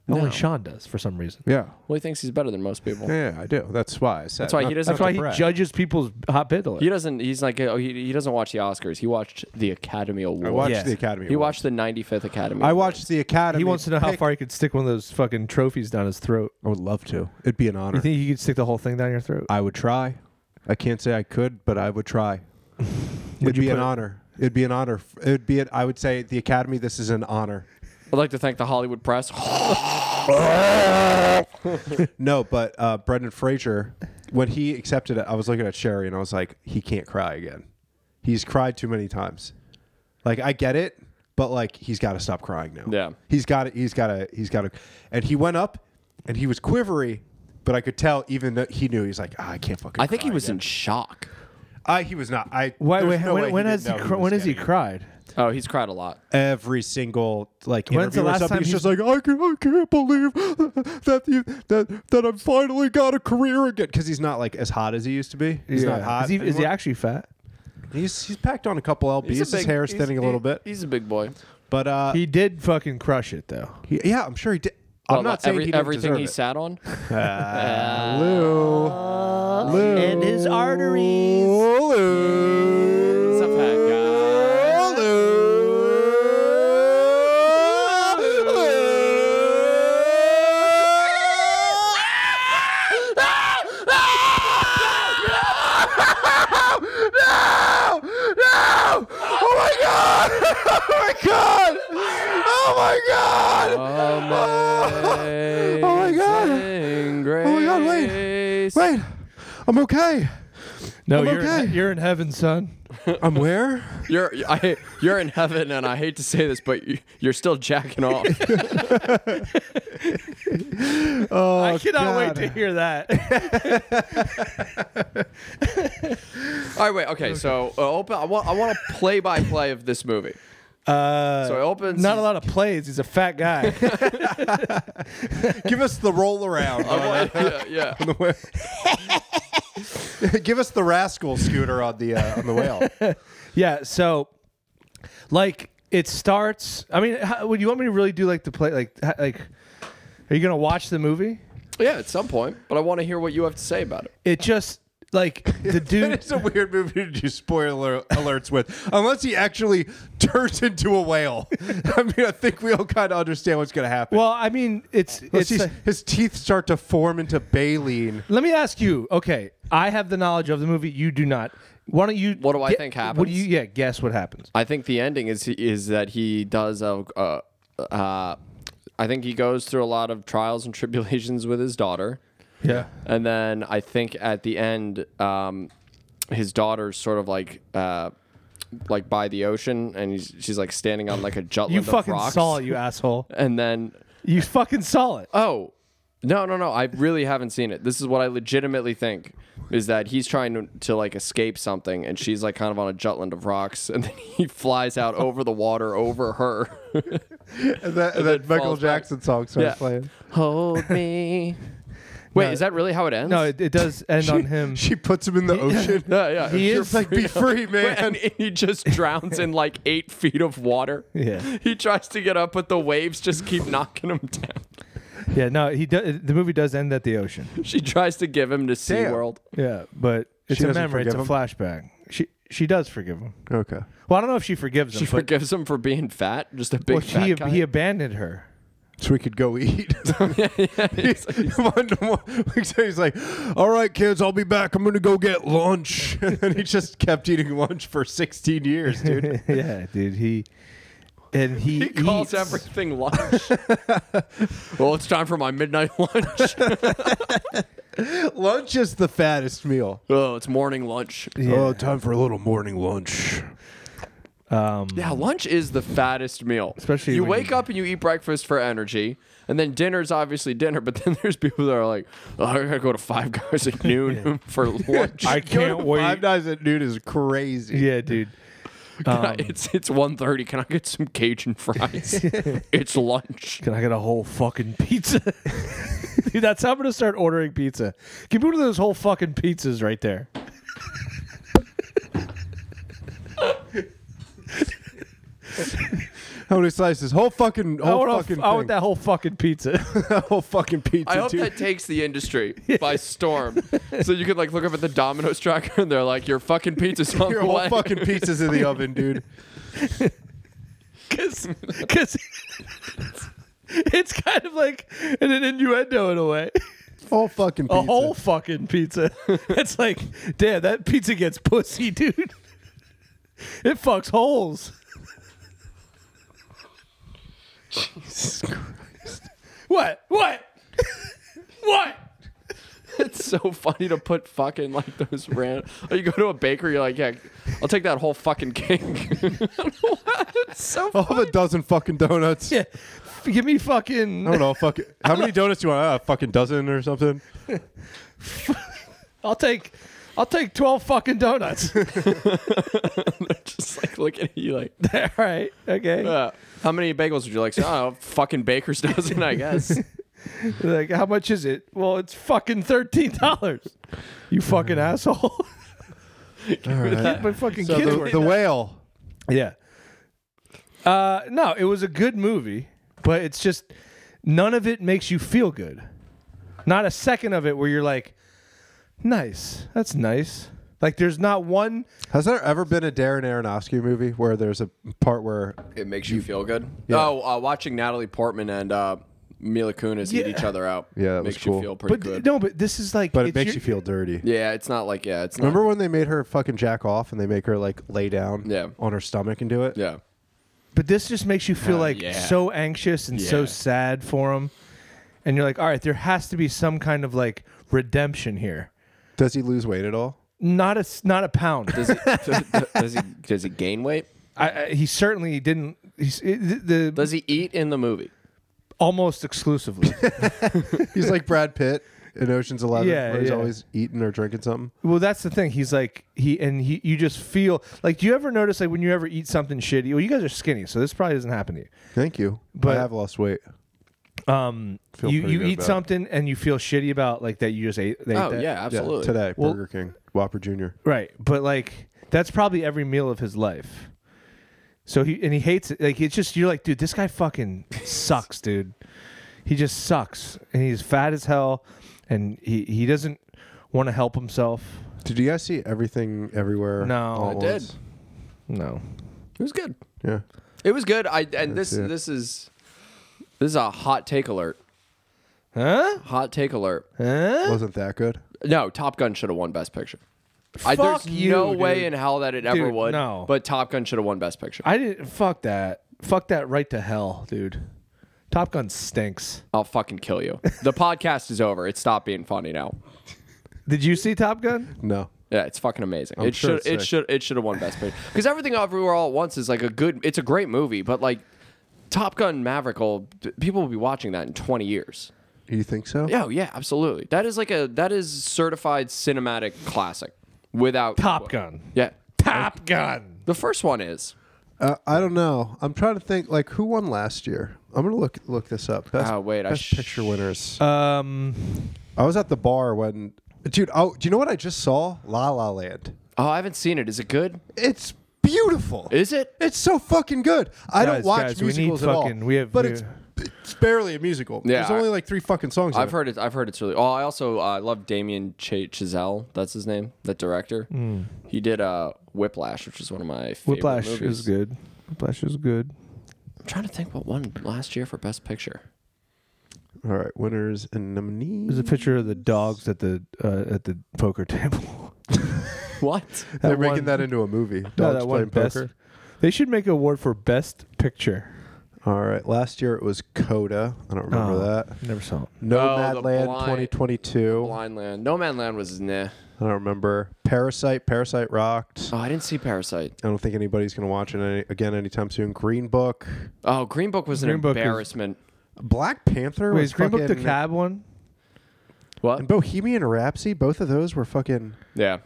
No.
Only Sean does for some reason.
Yeah.
Well, he thinks he's better than most people.
Yeah, I do. That's why. I said,
That's why
not-
he doesn't-
That's
not
why
a
he
brag.
judges people's hot piddler.
He doesn't. He's like oh, he, he doesn't watch the Oscars. He watched the Academy Award.
I watched
Yeah.
the Academy.
he
Award.
watched the 95th Academy.
I
Award.
watched the Academy.
He wants to know how
pick-
far he could stick one of those fucking trophies down his throat.
I would love to. It'd be an honor.
You think you could stick the whole thing down your throat?
I would try. I can't say I could, but I would try. It'd
you
be an
put-
honor. It'd be an honor. It'd be. An, I would say the Academy. This is an honor.
I'd like to thank the Hollywood press.
No, but uh, Brendan Fraser, when he accepted it, I was looking at Sherry and I was like, he can't cry again. He's cried too many times. Like I get it, but like he's got to stop crying now.
Yeah.
he's got to He's got to. He's got to. And he went up, and he was quivery, but I could tell even though he knew he's like, ah, I can't fucking.
I think
cry
he was
again."
in shock.
I he was not. I
Why,
there's
wait,
no way
when, when
didn't
has he
know
cr-
was
when has he
getting it.
cried?
Oh, he's cried a lot.
Every single like
When's
interview
the
or
last
something,
time
he's
he's-
just like I, can, I can't believe that you, that that I've finally got a career again because he's not like as hot as he used to be. He's not hot.
Is he, is he
anymore.
actually fat?
he's he's packed on a couple lbs. His hair's
he's-
thinning a little bit,
He's a big boy.
but uh,
He did fucking crush it though.
he- yeah, I'm sure he did.
Well,
I'm not saying
every,
he didn't
everything
deserve
he
it.
sat on. uh,
Ah, Lou, Lou,
and his arteries.
Lou.
He's a fat guy.
Oh Oh
Oh
Oh my Oh God. my God, wait. Wait, I'm okay.
No,
I'm
you're
okay.
in, you're in heaven, son.
I'm where?
You're I, you're in heaven, and I hate to say this, but you, you're still jacking off.
Oh,
I cannot
God.
wait to hear that.
All right, wait. Okay, so uh, open. I want. I want a play-by-play of this movie.
Uh,
So it opens.
Not a lot of plays. He's a fat guy.
Give us the roll around.
I want- yeah, yeah.
Give us the rascal scooter on the uh, on the whale.
yeah. So, like, it starts. I mean, how, would you want me to really do like the play? Like, h- like, are you gonna watch the movie?
Yeah, at some point. But I want to hear what you have to say about it.
It just like the dude.
it's a weird movie to do spoiler alerts with, unless he actually turns into a whale. I mean, I think we all kind of understand what's going to happen.
well, I mean, it's
Let's
it's.
see, his teeth start to form into baleen.
let me ask you. Okay, I have the knowledge of the movie. You do not. Why don't you?
What do I
ge-
think
What
happens?
do you? Yeah, guess what happens.
I think the ending is is that he does a. Uh, uh, I think he goes through a lot of trials and tribulations with his daughter,
Yeah.
and then I think at the end, um, his daughter's sort of like. Uh, like by the ocean, and he's, she's like standing on like a jutland
You
of
fucking
rocks,
saw it, you asshole.
and then
You fucking saw it.
Oh, no, no, no. I really haven't seen it. This is what I legitimately think is that he's trying to, to like escape something and she's like kind of on a jutland of rocks and then he flies out over the water over her.
And that, and
then
that Michael
falls back.
Jackson song starts
Yeah.
playing.
Hold me. Wait,
No.
is that really how it ends?
No, it, it does end on him.
She puts him in the ocean.
yeah, yeah.
He
You're
is-
Like, be free, man.
and he just drowns in like eight feet of water.
Yeah.
He tries to get up, but the waves just keep knocking him down.
Yeah, no, he does. The movie does end at the ocean.
She tries to give him to
Damn.
SeaWorld.
Yeah, but it's
She
a
doesn't
memory. It's a
forgive
flashback. She she does forgive him.
okay.
Well, I don't know if she forgives him.
She
but
forgives him for being fat, just a big
well,
fat
he
guy.
he abandoned her.
So we could go eat.
He's like-
One- one- he's like, all right, kids, I'll be back. I'm going to go get lunch. And then he just kept eating lunch for 16 years, dude.
yeah, dude. He and he,
He calls
eats.
everything lunch. well, it's time for my midnight lunch.
lunch is the fattest meal.
oh, it's morning lunch.
Yeah.
Oh, time for a little morning lunch.
Um,
Yeah, lunch is the fattest meal.
Especially
you
when
wake
you-
up and you eat breakfast for energy, and then dinner's obviously dinner. But then there's people that are like, "Oh, I gotta go to Five Guys at noon for lunch."
I
Going
can't
to
wait.
Five Nights at Noon is crazy.
yeah, dude.
Can I- it's it's one thirty. Can I get some Cajun fries? it's lunch.
Can I get a whole fucking pizza? dude, that's how I'm gonna start ordering pizza. Give me one of those whole fucking pizzas right there.
How many slices? Whole fucking,
I
whole
want, a-
fucking,
I want
thing.
that whole fucking pizza.
whole fucking pizza.
I hope
dude.
that takes the industry by storm. so you could like look up at the Domino's tracker and they're like, "Your fucking pizza's on
Your
the
whole
way."
fucking pizza's in the oven, dude.
because because it's kind of like an innuendo in a way.
Whole fucking
A
pizza.
whole fucking pizza. It's like, damn, that pizza gets pussy, dude. It fucks holes.
Jesus Christ.
What? What? what?
It's so funny to put fucking like those random. Or you go to a bakery, you're like, yeah, I'll take that whole fucking cake. it's so
I'll have a dozen fucking donuts.
Yeah. Oh, F- Give me fucking.
I don't know. Fuck it. How many donuts do you want? Uh, a fucking dozen or something?
I'll take. I'll take twelve fucking donuts.
just like looking at you like,
All right. Okay.
uh, how many bagels would you like? So, I don't know, fucking baker's dozen, I guess.
like, how much is it? Well, it's fucking thirteen dollars. You fucking asshole.
All Mm. right.
My fucking
So
kids
the,
were-
the whale.
Yeah. Uh, no, it was a good movie, but it's just none of it makes you feel good. Not a second of it where you're like, nice, that's nice. Like there's not one.
Has there ever been a Darren Aronofsky movie where there's a part where
It makes you feel good. Oh, uh, watching Natalie Portman and uh, Mila Kunis eat
Yeah.
each other out.
Yeah, that was
makes you
cool.
feel pretty
But
good.
no, but this is like.
but it
it's
makes
your-
you feel dirty?
yeah, it's not like yeah, it's
Remember when they made her fucking jack off and they make her like lay down
Yeah.
on her stomach and do
Not,
it?
yeah.
But this just makes you feel
Uh,
like
yeah.
so anxious and so
Yeah.
sad for him, and you're like, all right, there has to be some kind of like redemption here.
Does he lose weight at all?
Not a s- not a pound.
Does he, does he does he gain weight?
I, I, he certainly didn't. He's, it, the, the
Does he eat in the movie?
almost exclusively.
He's like Brad Pitt in Ocean's Eleven,
Yeah,
where he's
yeah.
always eating or drinking something.
Well, that's the thing. He's like he and he. You just feel like. Do you ever notice like when you ever eat something shitty? Well, you guys are skinny, so this probably doesn't happen to you.
Thank you.
But-
I have lost weight.
Um,
Feel
you
pretty
you
good
eat
about it.
something and you feel shitty about like that you just ate. ate
Oh
that.
yeah,
Yeah,
absolutely.
today,
Well-
Burger King, Whopper Jr.
right. But like that's probably every meal of his life. So he and he hates it. Like it's just you're like, dude, this guy fucking sucks, dude. He just sucks, and he's fat as hell, and he he doesn't want to help himself.
Did you guys see everything everywhere?
No.
all
I
at
did.
once?
No.
It was good.
Yeah.
It was good. I and this
it.
this is this is a hot take alert.
Huh?
Hot take alert.
Huh?
Wasn't that good?
No, Top Gun should have won Best Picture. I, there's
Fuck you,
no way
dude.
in hell that it ever
Dude,
would.
no.
But Top Gun should have won Best Picture.
I didn't. Fuck that. Fuck that right to hell, dude. Top Gun stinks.
I'll fucking kill you. The podcast is over. It stopped being funny now.
Did you see Top Gun?
No.
Yeah, it's fucking amazing. it should
sure it's
it
sick.
should it should have won Best Picture because everything everywhere all at once is like a good. It's a great movie, but like Top Gun Maverick, will, people will be watching that in twenty years.
You think so?
Yeah, oh, yeah, absolutely. That is like a that is certified cinematic classic without
Top Gun.
Yeah,
Top Gun.
the first one is.
Uh, I don't know. I'm trying to think. Like, who won last year? I'm gonna look look this up. Best,
Oh, wait, I
best
sh-
picture winners.
Um,
I was at the bar when, dude. Oh, do you know what I just saw? La La Land.
Oh, I haven't seen it. Is it good?
It's beautiful.
Is it?
It's so fucking good. I
Guys,
don't watch
guys, we need
musicals at
fucking-
all.
we have-
but
we-
it's it's barely a musical.
Yeah,
There's
I-
only like three fucking songs. in
I've
it.
heard it. I've heard it's really. Oh, I also uh, love Damien Ch- Chazelle. That's his name. The director.
hmm.
He did uh, Whiplash, which is one of my favorite
Whiplash
movies.
is good. Whiplash is good.
I'm trying to think what won last year for Best Picture.
All right, winners and nominees.
There's a picture of the dogs at the uh, at the poker table.
What?
They're
that
making
one-
that into a movie. Dogs
No, that
playing
one best-
poker.
They should make an award for best picture.
All right, last year it was Coda. I don't
Oh.
remember that.
Never saw it.
Oh, the
Nomadland
blind-
2022.
Blind Land. No Man Land was nah.
I don't remember. Parasite. Parasite rocked.
Oh, I didn't see Parasite.
I don't think anybody's gonna watch it any, again anytime soon. Green Book,
Oh, Green Book was
Green
an
Book is-
embarrassment.
Black Panther.
Wait,
was
is Green Book the
fucking-
cab one?
What?
And Bohemian Rhapsody. Both of those were fucking.
Yeah.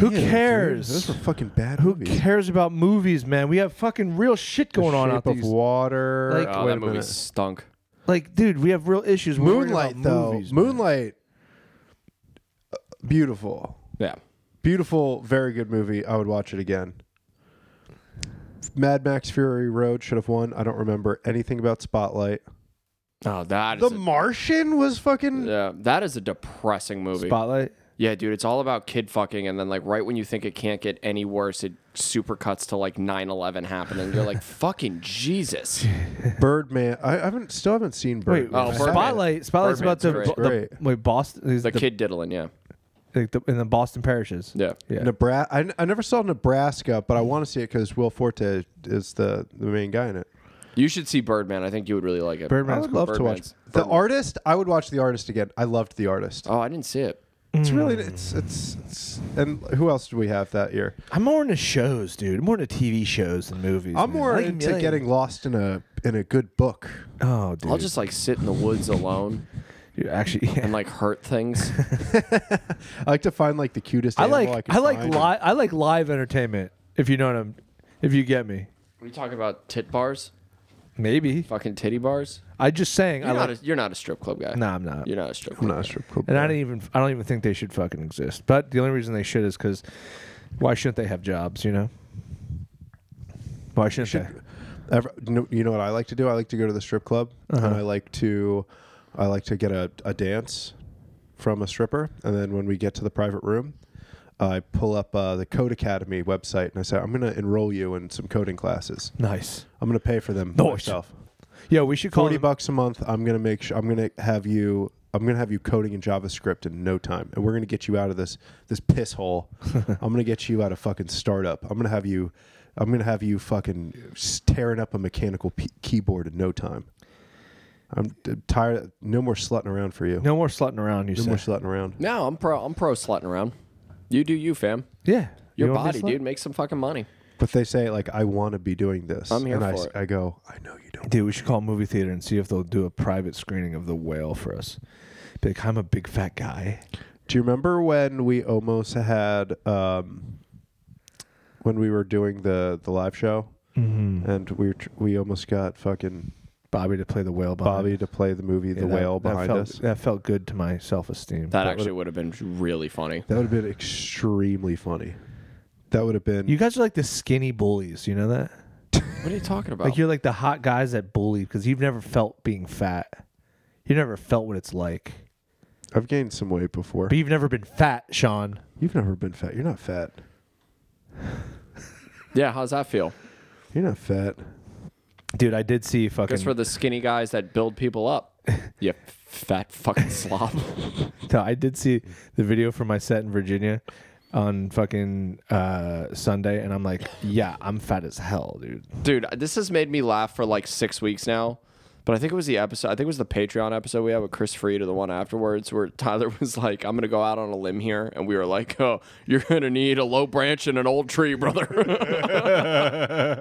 Who
Yeah, dude,
cares?
those were fucking bad
Who
movies.
cares about movies, man? We have fucking real shit going
the
on
Shape
out
of
these
Water.
Like-
Oh,
Wait a
that movie
minute.
stunk.
Like, dude, we have real issues. We're worried about
Moonlight though.
movies, man.
Moonlight. uh, Beautiful,
Yeah.
beautiful, very good movie. I would watch it again. Mad Max Fury Road should have won. I don't remember anything about Spotlight.
Oh, that
The
is.
Martian was
a,
fucking.
yeah, that is a depressing movie.
Spotlight.
Yeah, dude, it's all about kid fucking, and then like right when you think it can't get any worse, it super cuts to like 9-11 happening. You're like, fucking Jesus.
Birdman. I haven't still haven't seen
Wait,
Birdman.
Oh, Birdman.
Spotlight. Spotlight's about the,
Birdman's
bo-
great.
the- wait Boston. Is
The
the,
kid diddling, yeah,
like the, in the Boston parishes.
yeah.
Yeah.
Nebraska. I, n- I never saw Nebraska, but I want to see it because Will Forte is the, the main guy in it.
You should see Birdman. I think you would really like it.
I
Birdman's
would
cool.
love to watch
Birdman's-
the artist. I would watch the artist again. I loved the artist.
Oh, Mm. I didn't see it.
It's really it's, it's it's and who else do we have that year?
I'm more into shows, dude. I'm more into TV shows than movies.
I'm
man.
more
I like
into
million-
getting lost in a in a good book.
Oh, dude.
I'll just like sit in the woods alone
Dude, actually. Yeah.
and like hurt things.
I like to find like the cutest.
I like.
animal
I,
I, can
like.
find.
Li- I like live entertainment. If you know what I'm. If you get me.
we talking about tit bars,
Maybe.
fucking titty bars.
I just saying.
You're,
I
not,
like.
a, you're not a strip club guy.
No, I'm not.
You're not a strip
I'm
club.
not a strip club.
And I
guy.
don't even. I don't even think they should fucking exist. But the only reason they should is because, why shouldn't they have jobs? You know. Why shouldn't they?
Ever- no, you know what I like to do? I like to go to the strip club and I like to I like to get a, a dance from a stripper and then when we get to the private room I pull up uh, the Code Academy website and I say I'm going to enroll you in some coding classes.
Nice.
I'm going to pay for them
Nice.
myself.
Yeah, we should call
40
them.
bucks a month. I'm going to make sure I'm going to have you I'm going to have you coding in JavaScript in no time and we're going to get you out of this this piss hole. I'm going to get you out of fucking startup. I'm going to have you I'm going to have you fucking s- tearing up a mechanical p- keyboard in no time. I'm t- tired no more slutting around for you. No,
No more slutting around. You said.
more slutting around.
No, I'm pro. I'm pro slutting around. You do you, fam.
yeah.
Your
You want me
body,
to slut?
dude. Make some fucking money.
But they say like, I want to be doing this.
I'm here
and I,
for
s-
it.
I go, I know you don't.
Dude, we should call a movie theater and see if they'll do a private screening of The Whale for us. Be like, I'm a big fat guy.
Do you remember when we almost had um, when we were doing the the live show
Mm-hmm.
and we were tr- we almost got fucking
Bobby to play the whale. Behind.
Bobby to play the movie
Yeah,
The
that-
Whale
that
behind
felt-
us?
That felt good to my self esteem.
That actually would have been really funny.
That would have been extremely funny. That would have been
You guys are like the skinny bullies. You know that?
What are you talking about?
Like you're like the hot guys that bully because you've never felt being fat. You never felt what it's like,
I've gained some weight before.
but you've never been fat, Sean.
You've never been fat. You're not fat.
yeah, how's that feel?
You're not fat.
Dude, I did see
Because
fucking.
for the skinny guys that build people up, you fat fucking slob.
No, I did see the video for my set in Virginia on fucking uh, Sunday, and I'm like, yeah, I'm fat as hell, dude.
Dude, this has made me laugh for like six weeks now. But I think it was the episode. I think it was the Patreon episode we had with Chris Freed or the one afterwards where Tyler was like, "I'm gonna go out on a limb here," and we were like, "Oh, you're gonna need a low branch and an old tree, brother."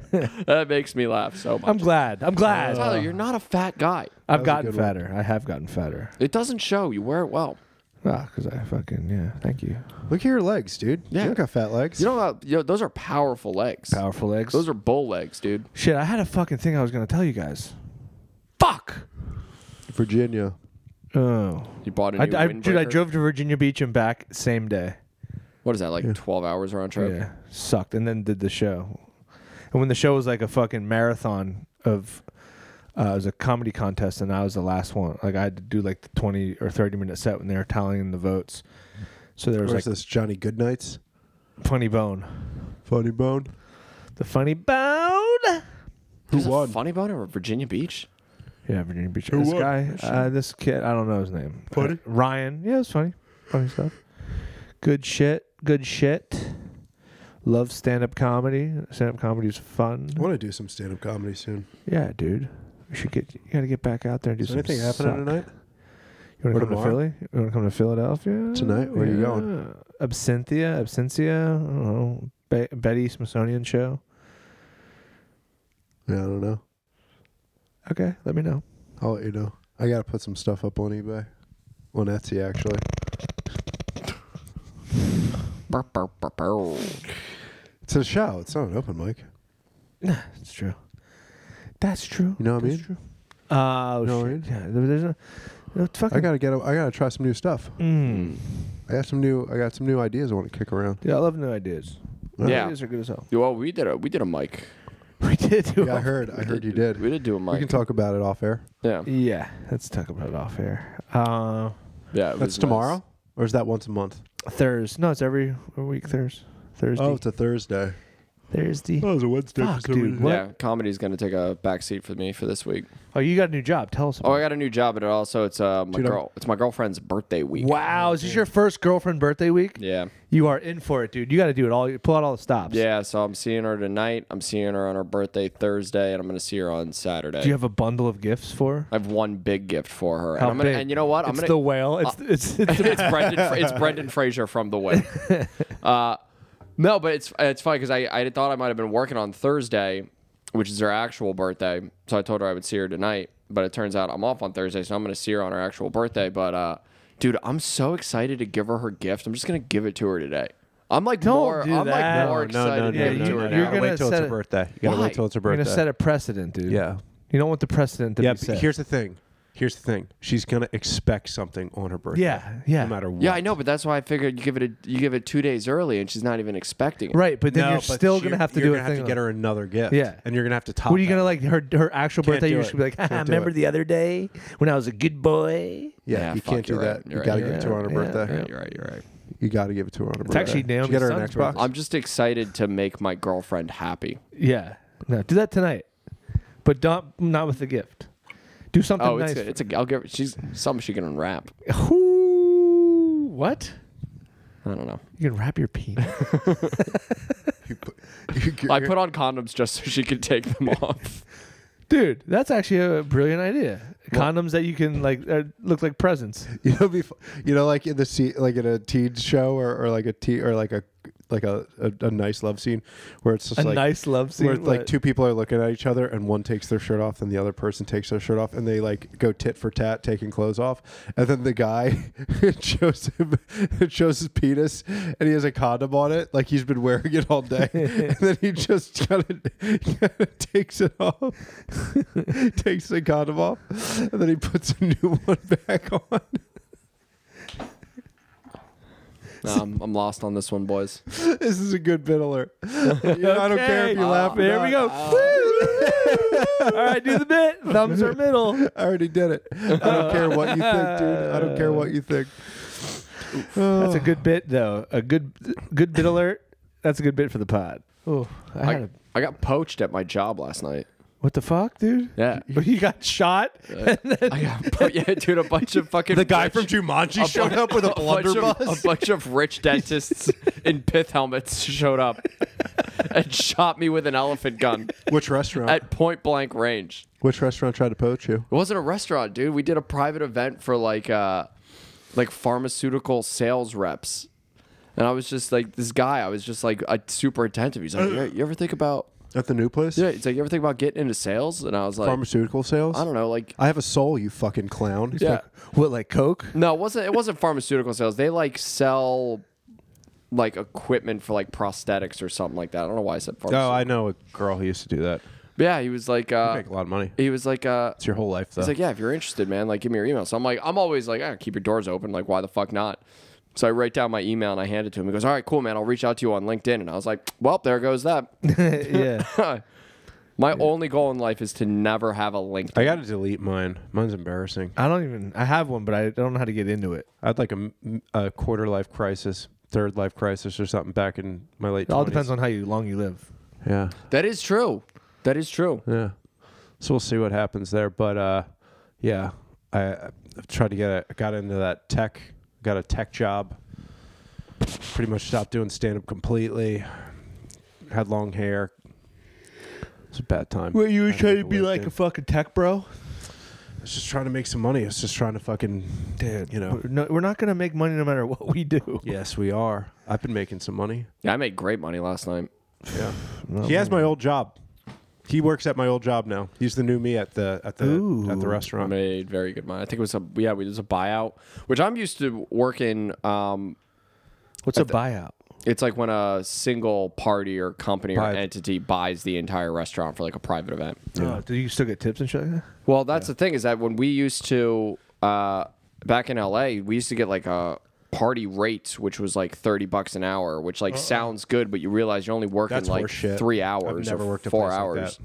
that makes me laugh so much.
I'm glad. I'm glad.
Tyler, you're not a fat guy.
I've
was a
gotten
good one.
fatter. I have gotten fatter.
It doesn't show. You wear it well.
Ah, because I fucking yeah. Thank you.
Look at your legs, dude.
Yeah.
You don't got fat legs.
You know, how- you know those are powerful legs.
Powerful legs.
Those are bull legs, dude.
Shit, I had a fucking thing I was gonna tell you guys. Fuck.
Virginia.
Oh.
You bought a
I,
new
I- dude, I
windbreaker?
drove to Virginia Beach and back same day.
What is that like? Twelve hours round trip.
Yeah, sucked, and then did the show. And when the show was like a fucking marathon of, uh, it was a comedy contest, and I was the last one. Like I had to do like the twenty or thirty minute set when they were tallying the votes. So there was
Where's
like
this Johnny Goodnight's
funny bone,
funny bone?
the funny bone.
Who
There's a
won?
Funny Bone or Virginia Beach?
Yeah, Virginia Beach.
Who
this
won?
guy, uh, this kid, I don't know his name.
Funny?
Uh, Ryan. Yeah, it was funny. Funny stuff. Good shit. Good shit. Love stand up comedy. Stand up comedy is fun.
I want to do some stand up comedy soon.
Yeah, dude. We should get. You gotta get back out there and do
Is
something.
anything happening tonight?
You
Or
wanna come to
tomorrow?
Philly? You wanna come to Philadelphia
Tonight? Where you going?
Yeah. Absinthia, Absentia. I don't know. Be- Betty Smithsonian show.
Yeah, I don't know.
Okay, let me know.
I'll let you know. I gotta put some stuff up on eBay, on Etsy actually.
Burr, burr, burr, burr.
It's a show. It's not an open mic.
That's true. That's true.
You know what I
That's
mean?
True. Oh
You know what I
shit! Yeah, there- there's no, no fucking.
I gotta get. A, I gotta try some new stuff.
Mm.
I got some new. I got some new ideas I want to kick around.
Dude, I love new ideas. New
Yeah.
ideas are good as hell.
Well, we did a we did a mic.
We did. Do
Yeah, I heard. I heard you did.
We did do a mic.
We can talk about it off air.
Yeah,
Yeah, let's talk about it off air. Uh,
yeah. it was
That's
nice.
tomorrow, or is that once a month?
Thursday. No, it's every week. Thursday. Thursday.
Oh, it's a Thursday.
Thursday.
it's a Wednesday.
Fuck, dude. What?
Yeah, comedy's gonna take a backseat for me for this week.
Oh, you got a new job. Tell us.
Oh,
About
I got a new job, but also it's uh my
Dude, I'm-
girl. It's my girlfriend's birthday week.
it. Wow, is this your first girlfriend birthday week?
Yeah,
You are in for it, dude. You got to do it all. You pull out all the stops.
yeah. So I'm seeing her tonight. I'm seeing her on her birthday Thursday, and I'm gonna see her on Saturday.
Do you have a bundle of gifts for? her?
I have one big gift for her, and
How
I'm gonna.
big?
And you know what? I'm
it's
gonna. Uh,
the whale. It's it's, it's
it's Brendan. Fra- It's Brendan Fraser from The Way. Uh, no, but it's it's funny because I I thought I might have been working on Thursday, which is her actual birthday. So I told her I would see her tonight, but it turns out I'm off on Thursday, so I'm gonna see her on her actual birthday. But uh, dude, I'm so excited to give her her gift. I'm just gonna give it to her today. I'm like
Don't
more.
do
I'm
that.
like more excited to
no,
give it
no,
to
no,
her
no.
now.
You're gonna set it-
birthday. You
Why?
it's her
You're gonna set a precedent, dude.
Yeah.
You don't want the precedent to
Yeah,
be
but
set.
here's the thing. Here's the thing. She's gonna expect something on her birthday.
yeah, yeah.
No matter what.
yeah, I know, but that's why I figured you give it a, you give it two days early, and she's not even expecting it.
Right, but then
No,
you're
but
still
she-
gonna have to
you're
do
gonna
a thing.
have to
like-
get her another gift.
Yeah.
And you're gonna have to top.
What are you
that.
gonna like her her actual
Can't
birthday?
do
You're
it.
just gonna be like,
Can't
"Haha,
do
remember
it.
the other day when I was a good boy?
Yeah,
Yeah,
you
fuck,
can't do
you're
that.
right,
You
you're right,
gotta
you're
give it to her on her
right, yeah,
birthday.
yeah.
You're right. You're right.
You gotta give it to her on her birthday.
actually
Did you
Naomi
get her an
Sun's
Xbox?
birthday.
I'm just excited to make my girlfriend happy.
Yeah, no, do that tonight, but don't not with the gift. Do something
Oh,
nice.
it's a, it's a. I'll give. her- She's something she can unwrap.
Ooh, what?
I don't know.
You can wrap your penis.
You put- you get-
I put on condoms just so she could take them off.
Dude, that's actually a brilliant idea. Condoms that you can like uh, look like presents.
You know, be fu- you know, like in the se- like in a teen show or, or like a teen or like a like a, a, a nice love scene where it's just
A
like
nice love scene.
where like
what?
two people are looking at each other and one takes their shirt off and the other person takes their shirt off and they like go tit for tat taking clothes off and then the guy it shows him it shows his penis and he has a condom on it like he's been wearing it all day and then he just kind of takes it off takes the condom off and then he puts a new one back on
Nah, I'm, I'm lost on this one, boys.
this is a good bit alert I don't care if you
Okay.
laugh or
There we go.
not.
All right, do the bit. Thumbs are middle.
I already did it. I don't care what you think, dude. I don't care what you think.
That's a good bit though. A good good bit alert. That's a good bit for the pod. Oh, I had
I,
a,
I got poached at my job last night.
what the fuck, dude?
Yeah.
You got shot.
Uh, I got po- yeah, dude, a bunch of fucking rich-
Jumanji
bu- bunch of- A bunch of rich dentists in pith helmets showed up and shot me with an elephant gun
Which restaurant?
at point blank range.
Which restaurant tried to poach you?
It wasn't a restaurant, dude. We did a private event for like uh like pharmaceutical sales reps. And I was just like this guy, I was just like uh, super attentive. He's like, "You- "You ever think about
At the new place?
Yeah, it's like, "You ever think about getting into sales?" And I was like,
Pharmaceutical sales?
"I don't know, like
I have a soul, you fucking clown.
Yeah.
What like coke?
No, it wasn't. It wasn't pharmaceutical sales. They like sell like equipment for like prosthetics or something like that. I don't know why I said
Oh,
pharmaceutical.
I know a girl who used to do that.
yeah, he was like, uh,
Make a lot of money.
he was like, uh,
It's your whole life, though.
he's like, yeah, if you're interested, man, like, give me your email. So I'm like, I'm always like, ah, keep your doors open. Like, why the fuck not? So I write down my email and I hand it to him. He goes, all right, cool, man. I'll reach out to you on LinkedIn. And I was like, well, there goes that.
yeah.
my only goal in life is to never have a LinkedIn.
I got to delete mine. Mine's embarrassing.
I don't even. I have one, but I don't know how to get into it.
I'd like a, m- a quarter life crisis, third life crisis, or something back in my late.
It all depends on how you long you live.
Yeah.
That is true. That is true.
Yeah. So we'll see what happens there. But uh, yeah, I, I tried to get a, got into that tech, got a tech job. Pretty much stopped doing stand up completely. Had long hair. It's a bad time.
you were
I trying to be like a
fucking tech bro,
I was just trying to make some money. I was just trying to fucking.
dude.
You know.
we're, no, we're not gonna make money no matter what we do.
Yes, we are. I've been making some money.
Yeah, I made great money last night.
Yeah. he has my old job. He works at my old job now. He's the new me at the at the
Ooh.
at the restaurant.
made very good money. I think it was a yeah, it was a buyout, which I'm used to working. Um,
What's a buyout?
it's like when a single party or company
Buy-
or entity buys the entire restaurant for like a private event.
Oh, do you still get tips and shit? like that?
Well, that's the thing is that when we used to uh, back in LA, we used to get like a party rate, which was like thirty bucks an hour, which like sounds good, but you realize you're only working
That's
like
horse shit.
three
I've
hours
never
or
worked a
four
place like
hours.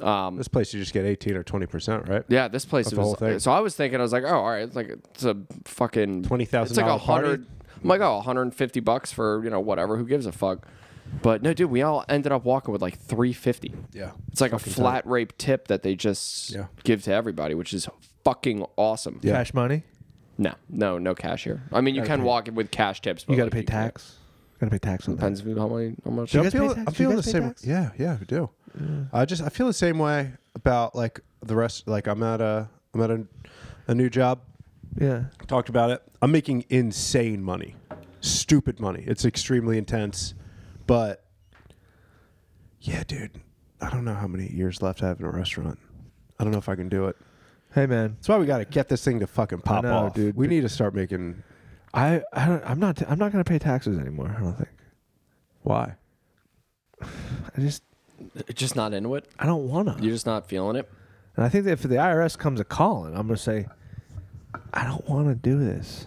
Um,
that. this place you just get 18 or 20%, right?
Yeah, this place
the whole
was.
thing.
So I was thinking, I was like, oh, all right, it's like it's a fucking
$20,000
It's like a
party?
hundred. I'm like, oh, 150 bucks for you know whatever. Who gives a fuck? But no, dude, we all ended up walking with like 350.
Yeah.
It's like a flat rate tip that they just
Yeah.
give to everybody, which is fucking awesome.
Yeah.
Cash money.
No, no, no cash here. I mean, you can walk in with cash tips. But
You got to
like,
pay
Oh, can't.
tax. Got to pay tax on that.
Depends on how many, how much.
Yep.
I'm
guys pay
feeling,
tax?
I'm
Do you
feeling the
guys pay
same.
tax?
Yeah, yeah, we do. I just I feel the same way about like the rest. Like I'm at a I'm at a, a new job.
Yeah.
Talked about it. I'm making insane money, stupid money. It's extremely intense, but yeah, dude. I don't know how many years left I have in a restaurant. I don't know if I can do it.
Hey man,
That's why we got to get this thing to fucking pop
know,
off,
dude.
We need to start making.
I, I don't, I'm not I'm not gonna pay taxes anymore. I don't think.
Why?
I just
Just not into it.
I don't wanna.
You're just not feeling it.
And I think that if the IRS comes a calling, I'm gonna say, I don't want to do this.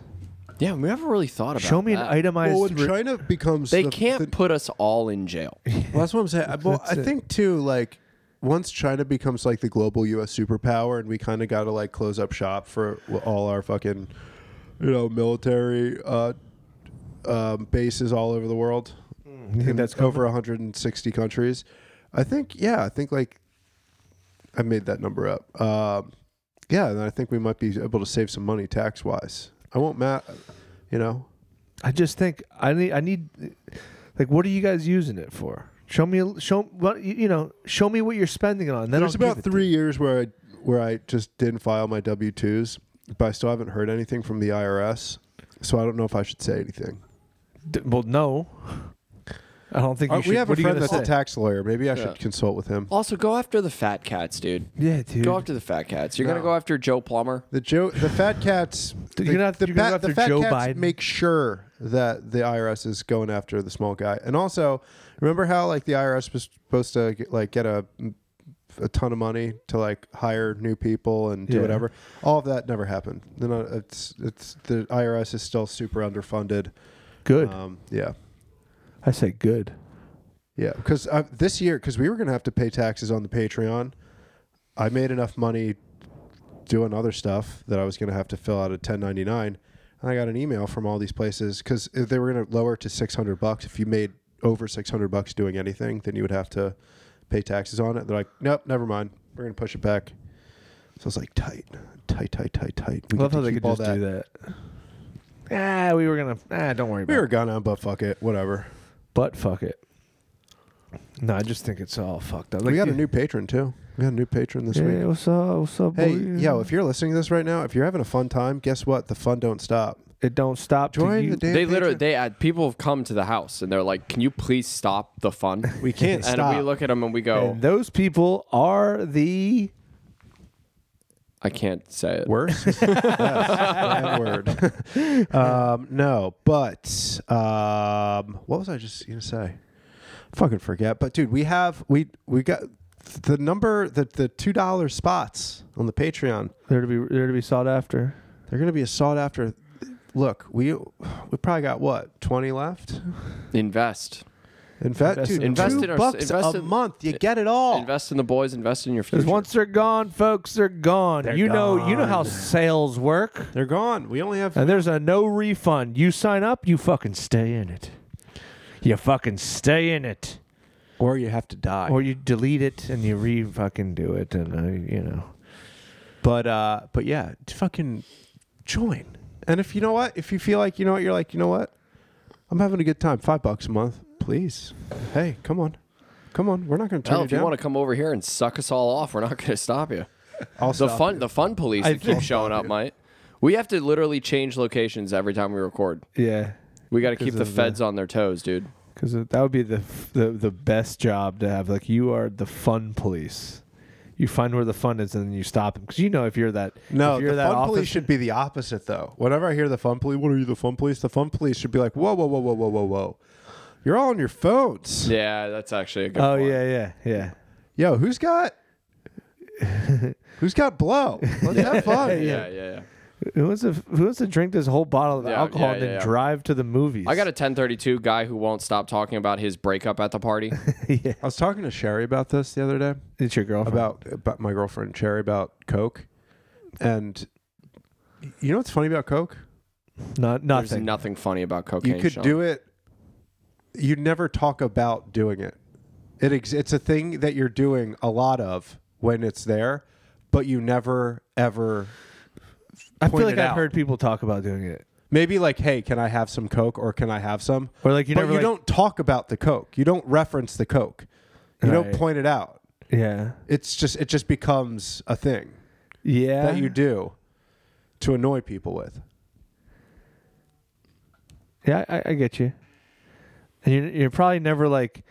Yeah, we never really thought about.
Show me an
that.
itemized.
Well, when
re-
China becomes
They
the-
can't
the-
put us all in jail.
Well, that's what I'm saying. I- Well, I
That's it.
think too, like once China becomes like the global U.S. superpower, and we kind of got to like close up shop for all our fucking, you know, military uh, um, bases all over the world.
you Mm, think
in
that's
over 160 countries. I think, yeah, I think like I made that number up. Um, yeah, and I think we might be able to save some money tax wise. I won't, Matt. You know,
I just think I need I need, like, what are you guys using it for? Show me show what you you know. Show me what you're spending it on. Then
There's
I'll give
about
it to
three
you.
years where I where I just didn't file my W twos, but I still haven't heard anything from the IRS, so I don't know if I should say anything.
D- well, no. I don't think you
Uh,
should.
we have a
what are you
friend
gonna
that's a
say?
tax lawyer. Maybe I
Yeah.
should consult with him.
Also, go after the fat cats, dude.
Yeah, dude.
Go after the fat cats. You're gonna
No.
go after Joe Plumber.
The Joe, the fat cats.
You're
the,
gonna have-
the
you're
fat-
gonna go after
the fat
Joe
cats
Biden.
make sure that the IRS is going after the small guy. And also, remember how like the IRS was supposed to get, like get a a ton of money to like hire new people and do
Yeah.
whatever. All of that never happened. They're not- it's it's the IRS is still super underfunded.
good.
Um, yeah.
I say good.
Yeah, because uh, this year, because we were going to have to pay taxes on the Patreon, I made enough money doing other stuff that I was going to have to fill out a 1099, and I got an email from all these places because they were going to lower it to 600 bucks. If you made over 600 bucks doing anything, then you would have to pay taxes on it. They're like, nope, never mind. We're going to push it back. So I was like, tight, tight, tight, tight, tight. We
I love
get
how
to
they
keep
could
all
just do that. Ah, we were gonna. Ah, don't worry
We
about
were
it.
gonna, but fuck it, whatever.
But fuck it. No, I just think it's all fucked up. Like,
we got a
you-
new patron too. We got a new patron this
Yeah,
week.
what's up? What's up?
Hey,
boy?
yo, if you're listening to this right now, if you're having a fun time, guess what? The fun don't stop.
it don't stop. till
Join
you,
the damn
They literally,
Patreon.
they add people have come to the house and they're like, "Can you please stop the fun?"
we can't
and
stop.
we look at them and we go,
And those people are the
"I can't say it."
Worse? yes, bad word. um, no, but um, what was I just going to say? Fucking forget. But dude, we have, we, we got the number, the, the $2 spots on the Patreon.
they're to be they're to be sought after.
They're going to be a sought after. Look, we, we probably got what, 20 left?
Invest,
In fact,
Invest-
dude,
invest
two
in our-
bucks
invest
a
in-
month. You get it all.
invest in the boys, invest in your future.
Because once they're gone, folks, they're gone.
They're
you know, you know how
gone.
sales work.
They're gone. We only have
And there's a no refund. You sign up, you fucking stay in it. You fucking stay in it,
Or you have to die.
or you delete it and you re fucking do it, and uh, you know.
but uh, but yeah, t- fucking join. And if you know what, if you feel like you know what, you're like, you know what, I'm having a good time. Five bucks a month, please. Hey, come on, come on. We're not going to turn
Hell,
you
if you
down.
want to come over here and suck us all off, we're not going to stop you.
I'll
The
stop
fun,
you.
the fun police
I
that keep showing up, might. We have to literally change locations every time we record.
Yeah,
We got to keep
'Cause
the
of the-
feds on their toes, dude.
because that would be the, f- the the best job to have. Like you are the fun police. You find where the fun is, and then you stop them. Because you know if you're that
No,
if you're
the
that
fun police
officer-
should be the opposite, though. Whenever I hear the fun police, what are you, the fun police? The fun police should be like, whoa, whoa, whoa, whoa, whoa, whoa, whoa. You're all on your phones.
Yeah, that's actually a good.
Oh
point.
yeah, yeah, yeah.
Yo, who's got, who's got blow? Let's have fun.
yeah, yeah, yeah.
Who wants to Who wants to drink this whole bottle of
Yeah,
alcohol
yeah,
and
yeah,
then
yeah.
drive to the movies?
I got a 1032 guy who won't stop talking about his breakup at the party.
yeah.
I was talking to Sherry about this the other day.
It's your girlfriend.
about about my girlfriend Cherry about Coke, and you know what's funny about Coke?
not
There's
nothing.
nothing funny about cocaine.
You could
Sean.
do it. You never talk about doing it. It ex- it's a thing that you're doing a lot of when it's there, but you never ever.
I feel
point
like
it
I've
out.
heard people talk about doing it,
Maybe like, hey, can I have some Coke or can I have some?
or like you
but
never.
you
like-
don't talk about the Coke. You don't reference the Coke. You don't
Right.
point it out.
Yeah.
It's just it just becomes a thing
Yeah.
that you do to annoy people with.
Yeah, I, I get you. And you're, you're probably never like,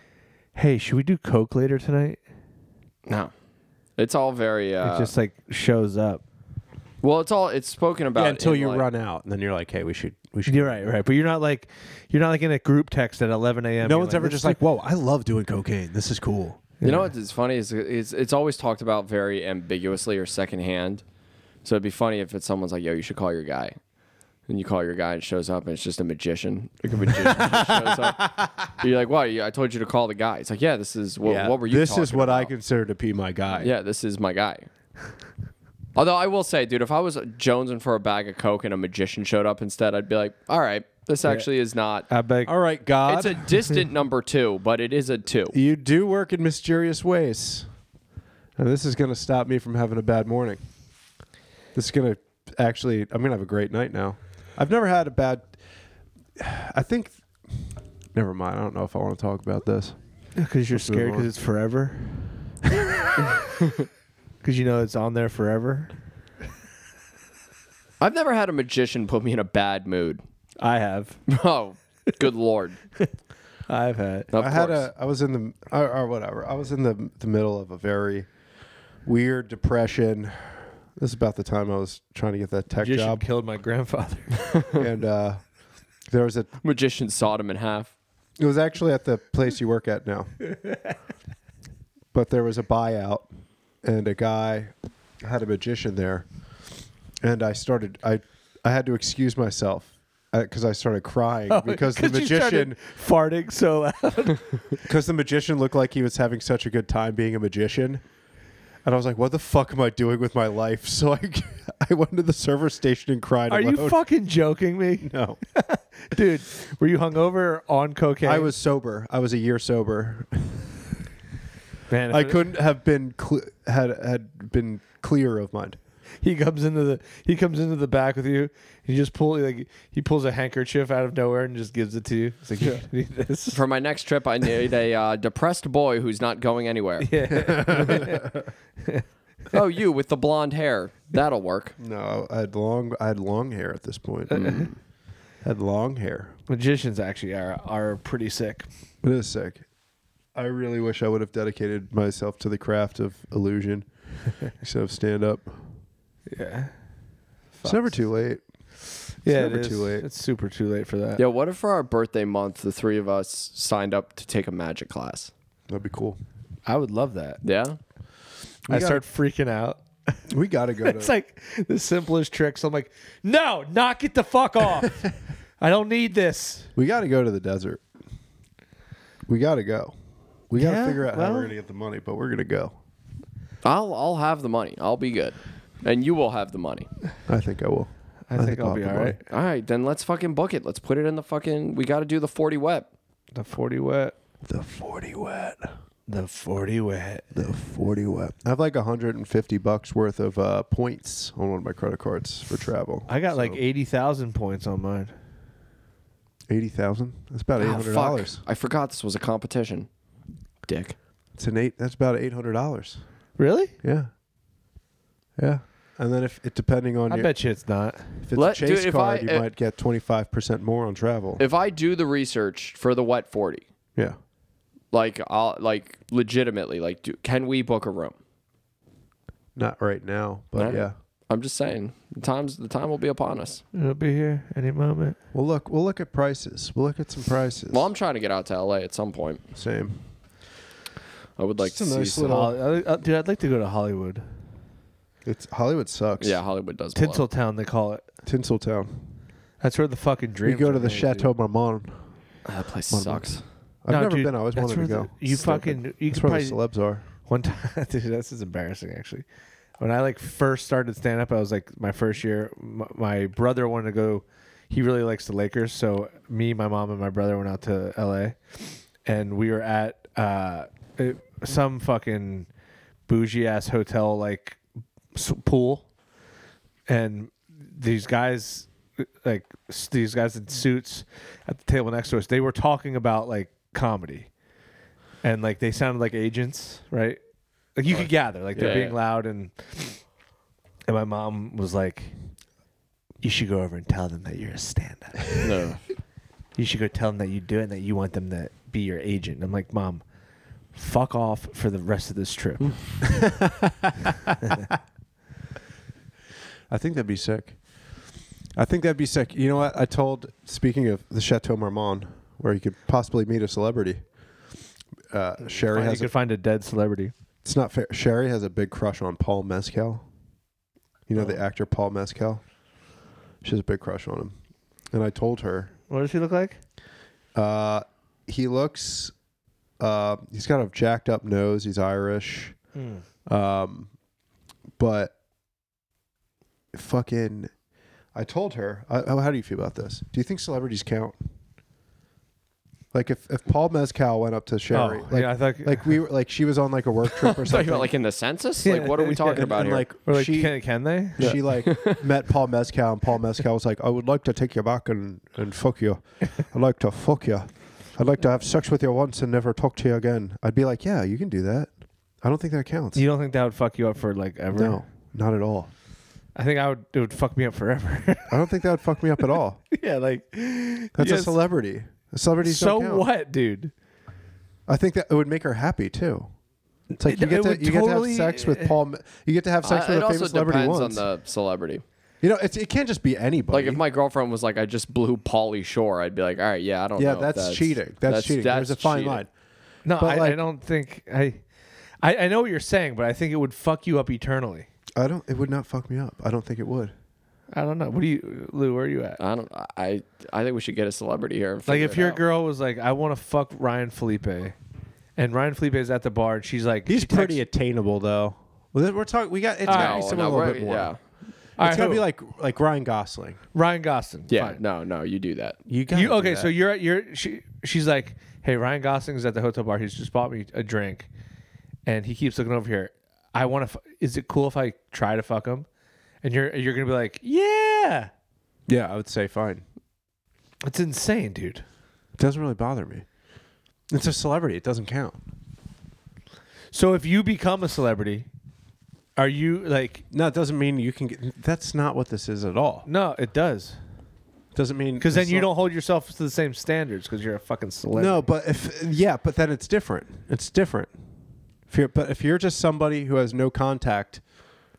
"Hey, should we do coke later tonight?"
No, it's all very. Uh,
it just like shows up.
well, it's all it's spoken about
Yeah, until
in,
you
like-
run out, and then you're like, "Hey, we should, we should."
You're right, right. But you're not like, you're not like in a group text at 11 a.m.
no
You're
one's ever
"Let's
just
do-
like, "Whoa, I love doing cocaine. This is cool."
You know what's funny is it's, it's always talked about very ambiguously or secondhand. So it'd be funny if it's someone's like, "Yo, you should call your guy," and you call your guy and it shows up and it's just a magician. Like a magician just shows up. You're like, "Wow, I told you to call the guy." It's like, "Yeah, this is what, what were you?"
This is
talking
what I
about?"
consider to be my guy.
Yeah, this is my guy. Although I will say, dude, if I was jonesing for a bag of coke and a magician showed up instead, I'd be like, "All right, this actually is not."
I beg.
All right,
It's
God,
a distant number two, but it is a two.
you do work in mysterious ways, and this is going to stop me from having a bad morning. This is going to actually, I'm going to have a great night now. I've never had a bad. I think. Never mind. I don't know if I want to talk about this.
Because you're scared
on.
because it's forever. Because you know it's on there forever.
I've never had a magician put me in a bad mood.
I have.
Oh, Good lord.
I've had.
Of
I had
course.
a. I was in the or, or whatever. I was in the the middle of a very weird depression. This is about the time I was trying to get that tech
Magician
job,
killed my grandfather.
and uh, there was a.
magician sawed him in half.
It was actually at the place you work at now, but there was a buyout, and a guy had a magician there, and I started. I I had to excuse myself because I started crying because the
Oh, you started
magician
farting so loud.
Because the magician looked like he was having such a good time being a magician. And I was like, what the fuck am I doing with my life? So I, I went to the server station and cried.
Are
alone.
you fucking joking me,
No.
dude? Were you hungover or on cocaine?
I was sober. I was a year sober.
Man, if
I
it-
couldn't have been cle had had been clear of mind.
He comes into the he comes into the back with you. And he just pull like he pulls a handkerchief out of nowhere and just gives it to you. It's like "Here, need this.
For my next trip, I need a uh, depressed boy who's not going anywhere. oh, you with the blonde hair. That'll work.
No, I had long I had long hair at this point. Mm-hmm. had long hair.
Magicians actually are are pretty sick.
It is sick. I really wish I would have dedicated myself to the craft of illusion instead of stand up.
Yeah.
It's never too late.
yeah,
never
it is.
too late.
It's super too late for that.
Yeah, what if for our birthday month, the three of us signed up to take a magic class?
That'd be cool.
I would love that.
Yeah?
I
gotta-
start freaking out.
We gotta go.
It's
to,
like the simplest tricks. I'm like, no, knock it the fuck off. I don't need this.
we gotta go to the desert. We gotta go. We gotta
Yeah,
figure out how
well-
we're gonna get the money, but we're gonna go.
I'll I'll have the money. I'll be good. And you will have the money.
I think I will.
I, think, I'll
have
be
the
all
money.
right.
All right, then let's fucking book it. Let's put it in the fucking we got to do the 40 web.
The 40 wet.
The forty wet.
The 40 wet.
The forty wet. I have like hundred and fifty bucks worth of uh, points on one of my credit cards for travel.
I got like
So,
80,000 points on mine.
eighty thousand. That's about eight
Ah,
hundred
fuck.
dollars.
I forgot this was a competition. Dick.
It's an eight. That's about eight hundred dollars.
Really?
Yeah. Yeah. And then if it depending on
I
your,
bet you it's not.
if it's
Let-
a Chase
dude, if
card,
I-
you
uh,
might get twenty five percent more on travel.
If I do the research for the wet 40,
yeah.
like I'll like legitimately like do, can we book a room?
Not right now, but
No.
yeah.
I'm just saying, the times the time will be upon us.
It'll be here any moment.
We'll look. We'll look at prices. We'll look at some prices.
Well, I'm trying to get out to LA at some point.
Same.
I would like
Just
to
a
see.
nice
some-
little-
Hol- I- I- dude, I'd like to go to Hollywood.
It's Hollywood sucks.
yeah, Hollywood does. blow.
Tinseltown, they call it.
Tinseltown.
That's where the fucking
We
dream.
go to the Chateau Marmont. "Ah,
That place
One
sucks.
I've never been. I always wanted to go.
you
Stupid.
fucking. You
That's
could
where
probably
the celebs are.
one time. dude, this is embarrassing actually. When I like first started stand up, I was like my first year. My, my brother wanted to go. He really likes the Lakers, so me, my mom, and my brother went out to L.A. and we were at uh, it- some fucking bougie ass hotel like s- pool, and these guys like s- these guys in suits at the table next to us they were talking about like comedy and like they sounded like agents right like you could gather like they're
Yeah,
being
yeah.
loud and and my mom was like you should go over and tell them that you're a stand-up
No,
you should go tell them that you do it and that you want them to be your agent. And I'm like, Mom, fuck off for the rest of this trip.
I think that'd be sick. I think that'd be sick. You know what? I told. Speaking of the Chateau Marmont, where you could possibly meet a celebrity. Uh, Sherry
you
has. A,
could find a dead celebrity.
it's not fair. Sherry has a big crush on Paul Mescal. You know the actor Paul Mescal. She has a big crush on him, and I told her
What does he look like?
Uh, he looks. Uh, he's got a jacked up nose. He's Irish.
Hmm. Oh,
Um, but fucking, I told her. I, oh, how do you feel about this? Do you think celebrities count? Like if, if Paul Mezcal went up to Sherry,
Oh,
like,
yeah, I thought-
like we were like she was on like a work trip or
talking
something.
about like in the census. Like, what are we talking
and,
about
and,
here?
like
Or like,
she
can, can they?
she like met Paul Mezcal and Paul Mezcal was like, I would like to take you back and, and fuck you. I'd like to fuck you. I'd like to have sex with you once and never talk to you again. I'd be like, Yeah, you can do that. I don't think that counts.
You don't think that would fuck you up for like ever?
no, not at all.
I think I would. It would fuck me up forever.
I don't think that would fuck me up at all.
yeah, like
That's
yes.
a celebrity. Celebrities
So
don't count.
what, dude?
I think that it would make her happy too. It's like
It-
you get
it
to
would
you
totally-
get to have sex with Paul. M- You get to have sex
eh, Uh,
with
it
a
also
famous celebrity
depends
once.
on the celebrity.
you know, it's, it can't just be anybody.
Like if my girlfriend was like, "I just blew Pauly Shore," I'd be like, "All right, yeah, I don't
yeah,
know." if
that's, cheating. That's, cheating. There's a
that's
fine
cheating.
line.
No,
But,
I, I
like-
don't think I, I. I know what you're saying, but I think it would fuck you up eternally.
I don't. It would not fuck me up. I don't think it would.
I don't know. What do you, Lou? Where are you at?
I don't. I I think we should get a celebrity here. and
Like,
figure
if
it
your
out.
girl was like, "I want to fuck Ryan Felipe," and Ryan Felipe is at the bar, and she's like,
He's
she texts-
pretty attainable though. Well, then We're talking. We got. It's
All
gotta
right,
be
no,
someone
no,
a little
we're-
bit more.
Yeah,
It's gotta be like like Ryan Gosling.
Ryan Gosling.
yeah.
Fine.
No, no, you do that.
You got
You okay? So you're at you're she. She's like, "Hey, Ryan Gosling's at the hotel bar. He's just bought me a drink, and he keeps looking over here. I want to. F- is it cool if I try to fuck him?" And you're you're gonna be like, "Yeah."
yeah, I would say fine.
It's insane, dude.
It doesn't really bother me. It's a celebrity. It doesn't count.
So if you become a celebrity, are you like?
No, it doesn't mean you can get. That's not what this is at all.
No, it does.
Doesn't mean
Because then
the
you
cele-
don't hold yourself to the same standards because you're a fucking celebrity.
No, but if yeah, but then it's different. It's different. If you're, but if you're just somebody who has no contact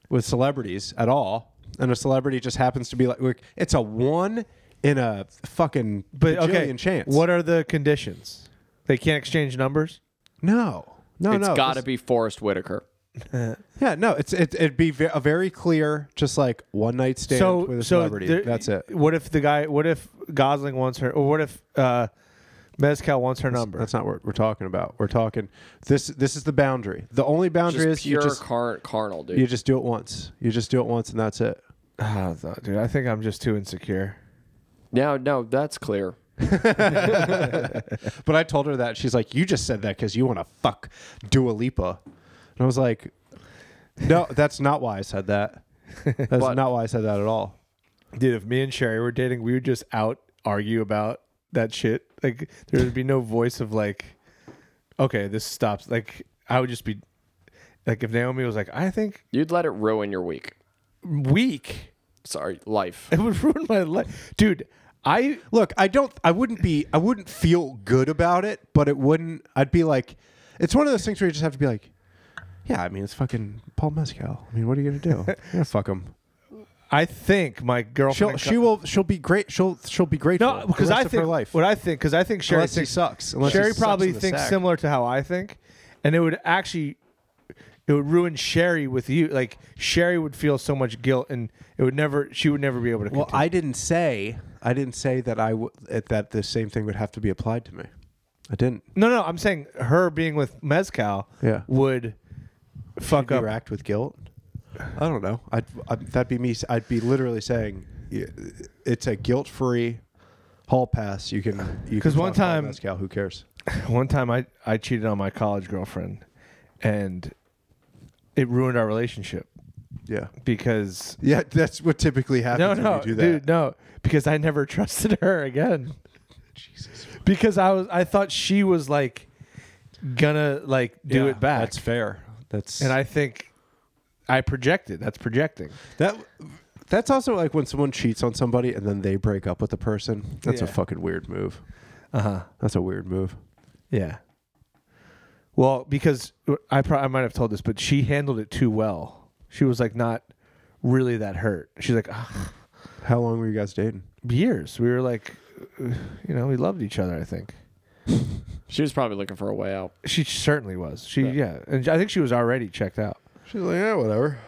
with celebrities at all, and a celebrity just happens to be like, like, it's a one in a fucking
but
bajillion
okay.
chance.
What are the conditions? They can't exchange numbers.
No, no,
It's
no.
got to
this-
be Forrest Whitaker.
Yeah, no. It's it, it'd be ve- a very clear, just like one night stand with a celebrity.
there-
That's it.
What if the guy? What if Gosling wants her? Or what if uh, Mezcal wants her number?
That's not what we're talking about. We're talking this. This is the boundary. The only boundary
Just
is you
pure
just
car- carnal, dude.
you just do it once. You just do it once, and ah, that's it.
I don't know, dude. I think I'm just too insecure.
no, no, that's clear.
But I told her that she's like, "You just said that because you want to fuck Dua Lipa," and I was like, "No, that's not why I said that. That's not why I said that at all."
Dude, if me and Sherry were dating, we would just out argue about that shit. Like there would be no voice of like, okay, this stops. Like I would just be like, if Naomi was like, I think
You'd let it ruin your week.
weak,
Sorry, life.
it would ruin my life, dude. I
Look, I don't. I wouldn't be. I wouldn't feel good about it, but it wouldn't. I'd be like, it's one of those things where you just have to be like, "Yeah, I mean, it's fucking Paul Mescal. I mean, what are you gonna do? You're gonna fuck him."
I think my
She'll
girlfriend
she will she'll be great. She'll she'll be grateful.
no because
the
I
rest of
think
her life.
what I think because I think Sherry
Unless he
thinks-
sucks. Unless he
Sherry
sucks
probably
in the
thinks
sack.
similar to how I think, and it would actually it would ruin Sherry with you. Like Sherry would feel so much guilt, and it would never she would never be able to.
Well,
continue.
I didn't say I didn't say that I w- that the same thing would have to be applied to me. I didn't
No, no, I'm saying her being with Mezcal
Yeah.
would fuck up.
interact with guilt. I don't know. I'd, I'd that'd be me. s- I'd be literally saying y- it's a guilt-free hall pass. You can you
'Cause
can
one
fuck Paul
time-
Mescal, who cares?
One time I, I cheated on my college girlfriend and it ruined our relationship
Yeah,
because
yeah. That's what typically
No,
happens
no,
when you do that.
dude, no, because I never trusted her again. Jesus. Because I was I thought she was like gonna like do
Yeah,
it back.
That's fair. That's
and I think I projected. That's projecting.
that. That's also like when someone cheats on somebody and then they break up with the person. That's a
Yeah.
fucking weird move.
Uh-huh.
That's a weird move.
Yeah. Well, because I pro- I might have told this, but she handled it too well. She was like not really that hurt. She's like "Ugh,
How long were you guys dating?
years. We were like, uh, you know, we loved each other. I think
She was probably looking for a way out.
she certainly was. She yeah, and I think she was already checked out.
She's like, yeah, whatever.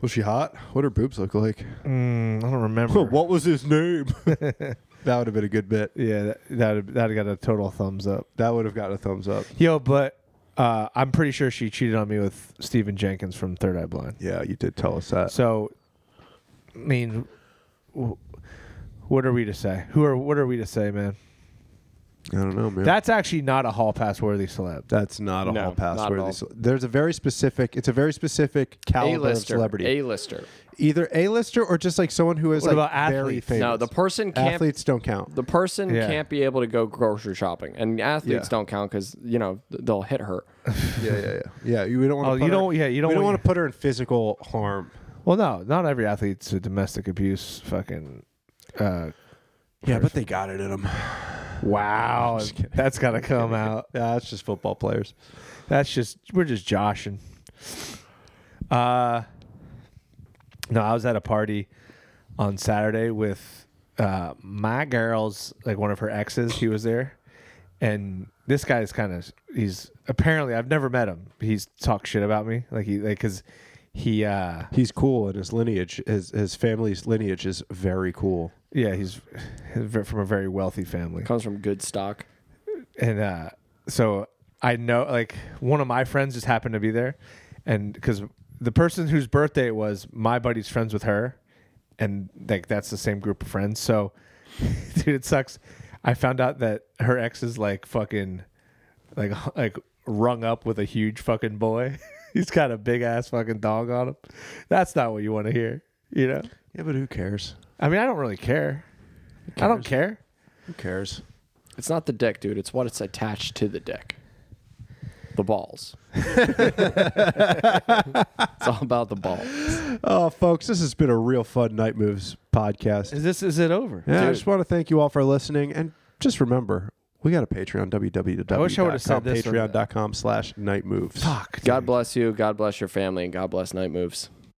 Was she hot? What her boobs look like?
Mm, I don't remember.
what was his name? that would have been a good bit.
Yeah, that that that got a total thumbs up.
That would have gotten a thumbs up.
Yo, but uh, I'm pretty sure she cheated on me with Steven Jenkins from Third Eye Blind.
Yeah, you did tell us that.
So, I mean, w- what are we to say? Who are what are we to say, man?
I don't know, man.
That's actually not a hall pass worthy celeb.
that's not a
No,
hall
not
pass.
at
Where
all.
these, there's a very specific. It's a very specific caliber of
A-lister.
celebrity.
A-lister.
Either a lister or just like someone who is
What
like
about
very
athletes?
famous.
No, the person can't.
athletes don't count.
The person
Yeah.
can't be able to go grocery shopping, and athletes
Yeah.
don't count because you know th- they'll hit her.
yeah, yeah, yeah. Yeah, you we don't want.
Oh,
to
you don't- yeah, you don't
We don't
want-
want to put her in physical harm.
Well, no, not every athlete's a domestic abuse fucking. Uh,
Yeah, but they got it in them.
Wow, that's gotta come out.
Yeah, that's just football players.
That's just we're just joshing. Uh no, I was at a party on Saturday with uh my girl's like one of her exes, he was there. And this guy's kind of he's apparently I've never met him. He's talked shit about me. Like he like cuz he uh
He's cool, and his lineage, his his family's lineage is very cool.
yeah, he's from a very wealthy family.
Comes from good stock.
and uh, so I know like one of my friends just happened to be there, and because the person whose birthday it was, my buddy's friends with her, and like that's the same group of friends. So, dude, it sucks. I found out that her ex is like fucking, like like rung up with a huge fucking boy. He's got a big ass fucking dog on him. That's not what you want to hear, you know.
Yeah, but who cares?
I mean, I don't really care. I don't care.
Who cares?
It's not the dick, dude. It's what it's attached to the dick. The balls. it's all about the balls.
Oh, folks, this has been a real fun Night Moves podcast.
Is this is it over?
Yeah, I
Dude.
just want to thank you all for listening, and just remember, we got a Patreon. www.
I wish I would've said this on the-
Patreon.com slash Night Moves.
Fuck. dude.
God bless you. God bless your family. And God bless night moves.